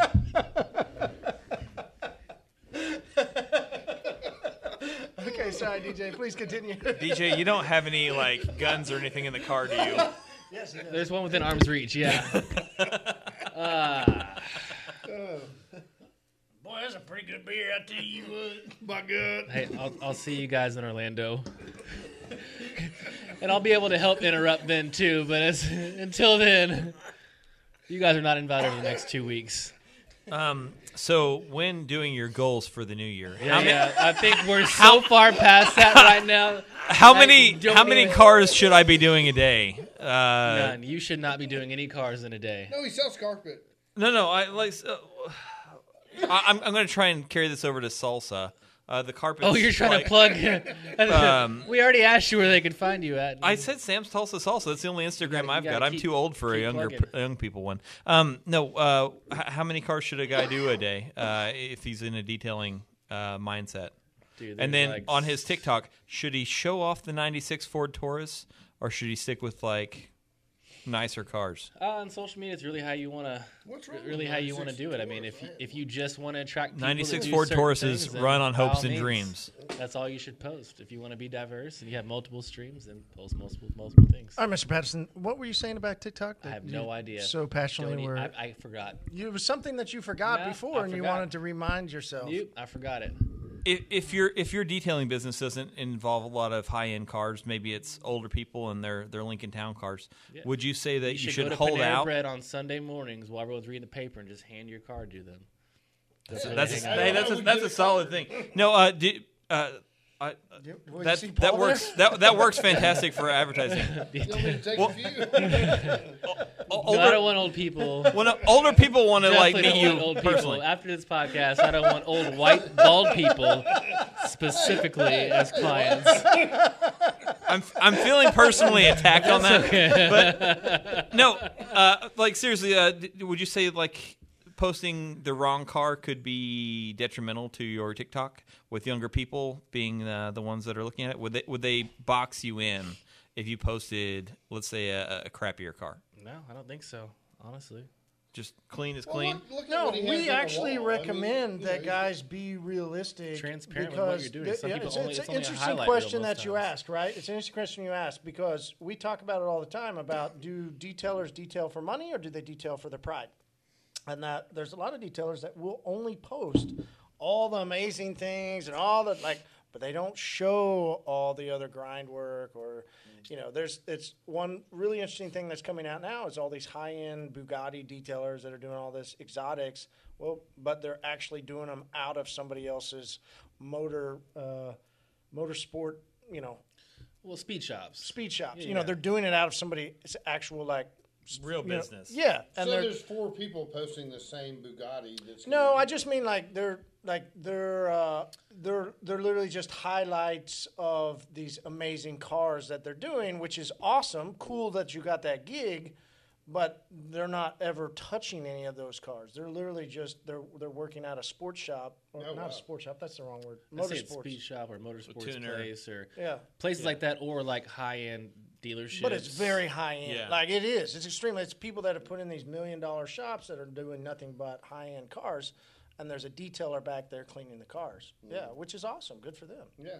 Speaker 4: okay, sorry, DJ. Please continue.
Speaker 2: DJ, you don't have any like guns or anything in the car, do you?
Speaker 4: yes, he does.
Speaker 5: There's one within arm's reach. Yeah. [laughs]
Speaker 6: Boy, that's a pretty good beer. I tell you what. My God.
Speaker 5: Hey, I'll, I'll see you guys in Orlando. [laughs] and I'll be able to help interrupt then too, but as, [laughs] until then, you guys are not invited over the next two weeks.
Speaker 2: Um, so when doing your goals for the new year,
Speaker 5: Yeah, yeah, I think we're so far past that right [laughs] now.
Speaker 2: how
Speaker 5: I
Speaker 2: many
Speaker 5: don't
Speaker 2: how many
Speaker 5: even-
Speaker 2: cars should I be doing a day? Uh,
Speaker 5: None. You should not be doing any cars in a day.
Speaker 6: No, he sells carpet.
Speaker 2: [sighs] No, no. I like. So, I, I'm I'm going to try and carry this over to salsa. Uh, the carpet.
Speaker 5: Oh, you're trying to plug. [laughs]
Speaker 2: Um,
Speaker 5: we already asked you where they could find you at.
Speaker 2: I said Sam's Tulsa Salsa. That's the only Instagram
Speaker 5: gotta- you
Speaker 2: I've got.
Speaker 5: gotta
Speaker 2: I'm
Speaker 5: keep-
Speaker 2: too old for a
Speaker 5: keep
Speaker 2: younger
Speaker 5: plugging.
Speaker 2: p- young people one. Um, no, uh, h- how many cars should a guy do a day uh, if he's in a detailing uh, mindset?
Speaker 5: Dude,
Speaker 2: and
Speaker 5: there's
Speaker 2: then
Speaker 5: like
Speaker 2: on his TikTok, should he show off the '96 Ford Taurus or should he stick with like nicer cars?
Speaker 5: Uh, on social media, it's really how you want to.
Speaker 6: What's wrong
Speaker 5: Really,
Speaker 6: with
Speaker 5: how you want to
Speaker 6: 96
Speaker 5: do it. I mean, if you,
Speaker 6: Taurus?
Speaker 5: if you just want to attract people that
Speaker 2: 96
Speaker 5: do
Speaker 2: Ford
Speaker 5: certain
Speaker 2: Tauruses
Speaker 5: things, then
Speaker 2: run on
Speaker 5: by all
Speaker 2: hopes and
Speaker 5: means,
Speaker 2: dreams.
Speaker 5: That's all you should post. If you want to be diverse and you have multiple streams, then post multiple multiple things.
Speaker 4: All right, Mr. Patterson, what were you saying about TikTok?
Speaker 5: I
Speaker 4: that
Speaker 5: have
Speaker 4: you
Speaker 5: no idea.
Speaker 4: So passionately,
Speaker 5: Joni,
Speaker 4: were
Speaker 5: I, I forgot.
Speaker 4: you it was something that you forgot
Speaker 5: Yeah,
Speaker 4: before,
Speaker 5: I
Speaker 4: and you
Speaker 5: forgot.
Speaker 4: wanted to remind yourself.
Speaker 5: You, I forgot it.
Speaker 2: if, if your if your detailing business doesn't involve a lot of high end cars, maybe it's older people and their their Lincoln Town cars. Would you say that you, should,
Speaker 5: go to
Speaker 2: hold
Speaker 5: Panera
Speaker 2: out?
Speaker 5: Bread on Sunday mornings while everyone's reading the paper and just hand your card to them. That's where
Speaker 2: That's
Speaker 5: they
Speaker 2: a,
Speaker 5: hang out.
Speaker 2: hey, that's a, that's a solid thing. No, uh, do, uh, I,
Speaker 4: You- well, you
Speaker 2: that
Speaker 4: [laughs] see
Speaker 2: that
Speaker 4: Paul
Speaker 2: works.
Speaker 4: there?
Speaker 2: That that works fantastic for advertising.
Speaker 4: [laughs]
Speaker 6: You want me to take a
Speaker 2: O-
Speaker 6: few?
Speaker 5: No, I don't
Speaker 2: Older,
Speaker 5: want
Speaker 2: [laughs]
Speaker 5: old people.
Speaker 2: well, no, older people want to like meet
Speaker 5: Definitely don't want
Speaker 2: you
Speaker 5: old
Speaker 2: personally.
Speaker 5: People. After this podcast, I don't want old white bald people specifically as clients.
Speaker 2: I'm I'm feeling personally attacked on that. But no, uh, like seriously, uh, d- would you say like posting the wrong car could be detrimental to your TikTok with younger people being uh, the ones that are looking at it? Would they would they box you in if you posted, let's say, a, a crappier car?
Speaker 5: No, I don't think so. Honestly,
Speaker 2: Just clean is
Speaker 6: Well,
Speaker 2: clean.
Speaker 6: look- look at
Speaker 4: No,
Speaker 6: what he has on
Speaker 4: we
Speaker 6: the
Speaker 4: actually
Speaker 6: wall. I mean,
Speaker 4: recommend
Speaker 6: you know,
Speaker 4: that
Speaker 6: he-
Speaker 4: guys be realistic,
Speaker 5: Transparent with
Speaker 4: because
Speaker 5: what you're doing. Some
Speaker 4: yeah,
Speaker 5: people
Speaker 4: it's,
Speaker 5: only-
Speaker 4: it's
Speaker 5: it's
Speaker 4: an
Speaker 5: only a
Speaker 4: interesting
Speaker 5: highlight reel
Speaker 4: question
Speaker 5: most
Speaker 4: that you
Speaker 5: times.
Speaker 4: ask, right? It's an interesting question you ask because we talk about it all the time about do detailers detail for money or do they detail for their pride? And that there's a lot of detailers that will only post all the amazing things and all the like, but they don't show all the other grind work or, you know, there's it's one really interesting thing that's coming out now is all these high end Bugatti detailers that are doing all this exotics. Well, but they're actually doing them out of somebody else's motor, uh, motorsport, you know,
Speaker 5: well, speed shops.
Speaker 4: speed shops. You know, they're doing it out of somebody's actual like s-
Speaker 2: Real
Speaker 4: you know-
Speaker 2: business.
Speaker 4: yeah, and
Speaker 6: So
Speaker 4: they're
Speaker 6: there's four people posting the same Bugatti. That's
Speaker 4: no,
Speaker 6: gonna
Speaker 4: I
Speaker 6: be-
Speaker 4: just mean like they're like they're uh, they're they're literally just highlights of these amazing cars that they're doing, which is awesome, cool that you got that gig, but they're not ever touching any of those cars. They're literally just they're they're working at a sports shop, or not
Speaker 6: wow.
Speaker 4: a sports shop. That's the wrong word.
Speaker 5: Let's Oh, say it's speed
Speaker 4: Motorsports.
Speaker 5: shop or motorsports
Speaker 2: tuner.
Speaker 5: place or
Speaker 4: Yeah.
Speaker 5: places like that, or like high end dealerships.
Speaker 4: But it's very high end.
Speaker 2: Yeah.
Speaker 4: Like it is. It's extremely. It's people that have put in these million dollar shops that are doing nothing but high end cars, and there's a detailer back there cleaning the cars.
Speaker 2: Mm.
Speaker 4: Yeah, which is awesome. Good for them.
Speaker 6: Yeah.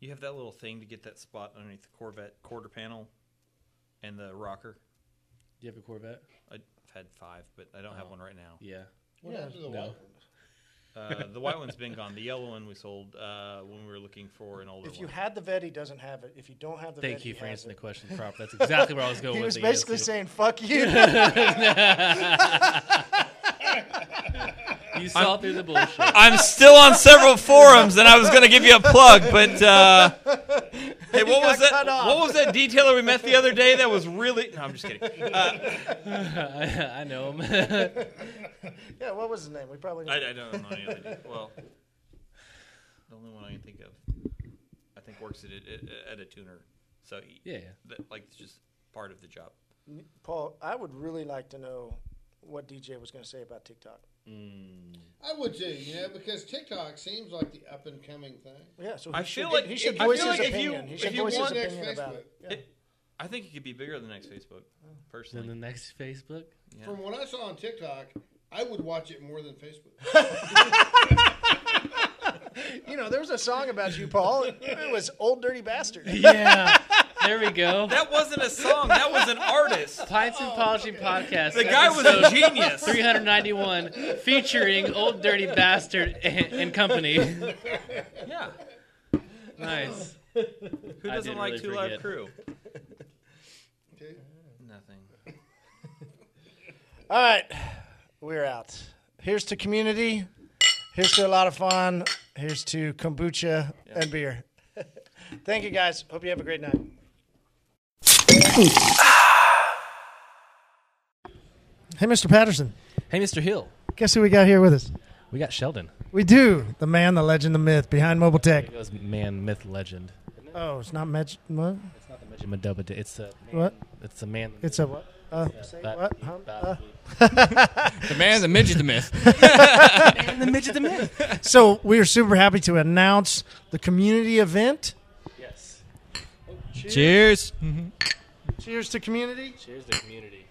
Speaker 2: You have that little thing to get that spot underneath the Corvette quarter panel and the rocker.
Speaker 5: Do you have a Corvette?
Speaker 2: I've had five, but I don't have one right [laughs] now.
Speaker 5: Yeah.
Speaker 6: What happened to the
Speaker 5: No.
Speaker 6: white one?
Speaker 2: Uh, the white one's been gone. The yellow one we sold uh, when we were looking for an older
Speaker 4: If
Speaker 2: one.
Speaker 4: you had the vet, he doesn't have it. If you don't have the vet,
Speaker 5: Thank
Speaker 4: he
Speaker 5: you for
Speaker 4: has
Speaker 5: answering the
Speaker 4: it.
Speaker 5: question proper. That's
Speaker 4: [laughs]
Speaker 5: exactly where I was going
Speaker 4: He
Speaker 5: with
Speaker 4: was
Speaker 5: it.
Speaker 4: basically
Speaker 5: Yes,
Speaker 4: saying, "Fuck
Speaker 5: [laughs]
Speaker 4: you." [laughs]
Speaker 5: you saw through the [laughs] bullshit.
Speaker 2: I'm still on several forums, and I was going to give you a plug, but uh, hey, what was
Speaker 4: got
Speaker 2: that?
Speaker 4: cut off.
Speaker 2: What was that detailer we met the other day? That was really. No, I'm just kidding.
Speaker 5: I know him. [laughs]
Speaker 4: yeah, what was his name? We probably.
Speaker 2: I, I don't know any other. de- Well, the only one I can think of, I think works at a, at a tuner. So he-
Speaker 5: Yeah, yeah.
Speaker 2: that, like it's just part of the job.
Speaker 4: Paul, I would really like to know what DJ was going to say about TikTok.
Speaker 6: I would too, you know, because TikTok seems like the up and coming thing.
Speaker 4: Yeah, so he
Speaker 2: I
Speaker 4: should
Speaker 2: feel
Speaker 4: get-
Speaker 2: like-
Speaker 4: he should
Speaker 2: I feel
Speaker 4: voice his
Speaker 2: like if you-
Speaker 4: opinion. he
Speaker 2: if
Speaker 4: should
Speaker 2: you
Speaker 4: voice his
Speaker 2: want-
Speaker 6: Next
Speaker 4: opinion about
Speaker 6: Facebook.
Speaker 4: it. Yeah.
Speaker 2: It, I think it could be bigger than next Facebook. Personally,
Speaker 5: Then the next Facebook.
Speaker 6: From what I saw on TikTok, I would watch it more than Facebook.
Speaker 4: You know, there was a song about you,
Speaker 2: [laughs]
Speaker 4: Paul. It was "Old Dirty Bastard."
Speaker 5: Yeah. [laughs] there we go.
Speaker 2: that wasn't a song. That was an artist.
Speaker 5: Pints and Polishing Podcast.
Speaker 2: The guy was a genius.
Speaker 5: 391 featuring Old Dirty Bastard and, and Company.
Speaker 2: Yeah.
Speaker 5: Nice.
Speaker 2: Who
Speaker 5: I
Speaker 2: doesn't
Speaker 5: did
Speaker 2: like
Speaker 5: really
Speaker 2: Two Live
Speaker 5: forget.
Speaker 2: Crew?
Speaker 6: Okay?
Speaker 2: Nothing.
Speaker 4: All right, we're out. Here's to community. Here's to a lot of fun. Here's to kombucha and beer. [laughs] Thank you, guys. Hope you have a great night. Hey, Mr. Patterson.
Speaker 5: Hey, Mr. Hill.
Speaker 4: Guess who we got here with us?
Speaker 5: We got Sheldon.
Speaker 4: We do. The man, the legend, the myth behind Mobile Tech.
Speaker 7: It goes man, myth, legend.
Speaker 4: Oh, it's not Med. What?
Speaker 7: It's not the midget Madubba. It's a man,
Speaker 4: What?
Speaker 7: It's a man.
Speaker 4: It's a what? Uh, say
Speaker 7: Bat-
Speaker 4: what? Huh?
Speaker 7: bat-
Speaker 4: Uh,
Speaker 3: The man, the midget, the myth.
Speaker 7: and the midget, the myth.
Speaker 4: so we are super happy to announce the community event.
Speaker 7: Yes.
Speaker 3: Cheers.
Speaker 4: Cheers to community.
Speaker 7: Cheers to the community.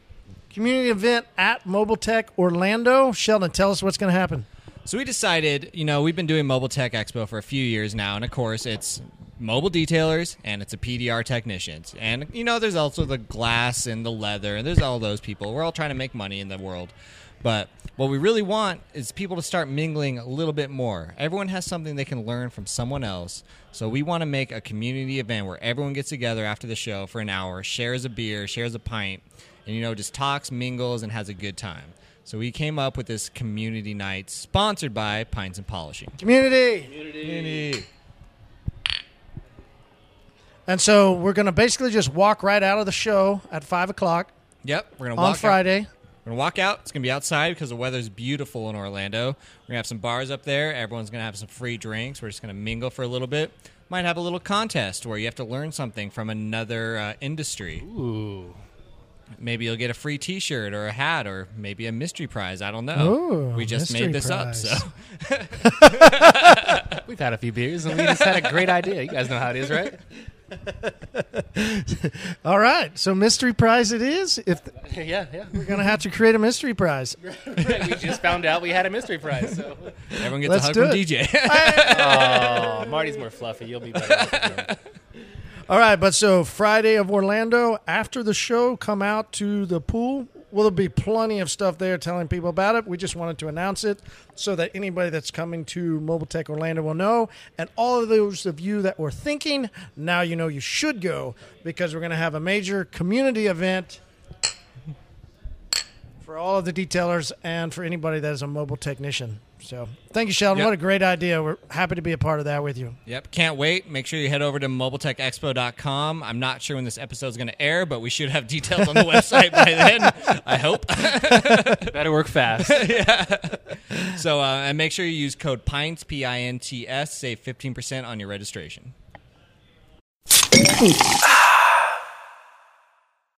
Speaker 4: Community event at Mobile Tech Orlando. Sheldon, tell us what's going to happen.
Speaker 3: So we decided, you know, we've been doing Mobile Tech Expo for a few years now, and of course, it's mobile detailers and it's a PDR technicians, and you know, there's also the glass and the leather, and there's all those people. We're all trying to make money in the world, but what we really want is people to start mingling a little bit more. Everyone has something they can learn from someone else, so we want to make a community event where everyone gets together after the show for an hour, shares a beer, shares a pint, and you know, just talks, mingles, and has a good time. So we came up with this community night sponsored by Pines and Polishing.
Speaker 4: Community. And so we're going to basically just walk right out of the show at 5 o'clock
Speaker 3: Yep, we're gonna
Speaker 4: on
Speaker 3: walk Out.
Speaker 4: Friday.
Speaker 3: We're gonna walk out. It's gonna be outside because the weather's beautiful in Orlando. We're gonna have some bars up there. Everyone's gonna have some free drinks. We're just gonna mingle for a little bit. Might have a little contest where you have to learn something from another uh, industry. Ooh. Maybe you'll get a free T-shirt or a hat or maybe a mystery prize. I don't know.
Speaker 4: Ooh,
Speaker 3: we just
Speaker 4: mystery
Speaker 3: made this
Speaker 4: prize.
Speaker 3: up, so
Speaker 7: We've had a few beers and we just had a great idea. You guys know how it is, right?
Speaker 4: All right. So mystery prize it is. If
Speaker 7: yeah, yeah.
Speaker 4: we're going to have to create a mystery prize.
Speaker 7: Right, we just found out we had a mystery prize. So
Speaker 3: [laughs] everyone gets
Speaker 4: Let's
Speaker 3: a hug
Speaker 4: do
Speaker 3: from
Speaker 4: it.
Speaker 3: DJ.
Speaker 7: oh, Marty's more fluffy. You'll be better.
Speaker 4: All right, but so Friday of Orlando after the show, come out to the pool. Well, there'll be plenty of stuff there telling people about it. We just wanted to announce it so that anybody that's coming to Mobile Tech Orlando will know. And all of those of you that were thinking, now you know you should go because we're going to have a major community event for all of the detailers and for anybody that is a mobile technician. So thank you, Sheldon.
Speaker 3: Yep.
Speaker 4: What a great idea. We're happy to be a part of that with you.
Speaker 3: Yep, can't wait. Make sure you head over to mobiletechexpo.com. I'm not sure when this episode is going to air, but we should have [laughs] details on the website by then. I hope. [laughs]
Speaker 7: better work fast.
Speaker 3: So, uh, and make sure you use code PINTS, P I N T S, save 15% on your registration.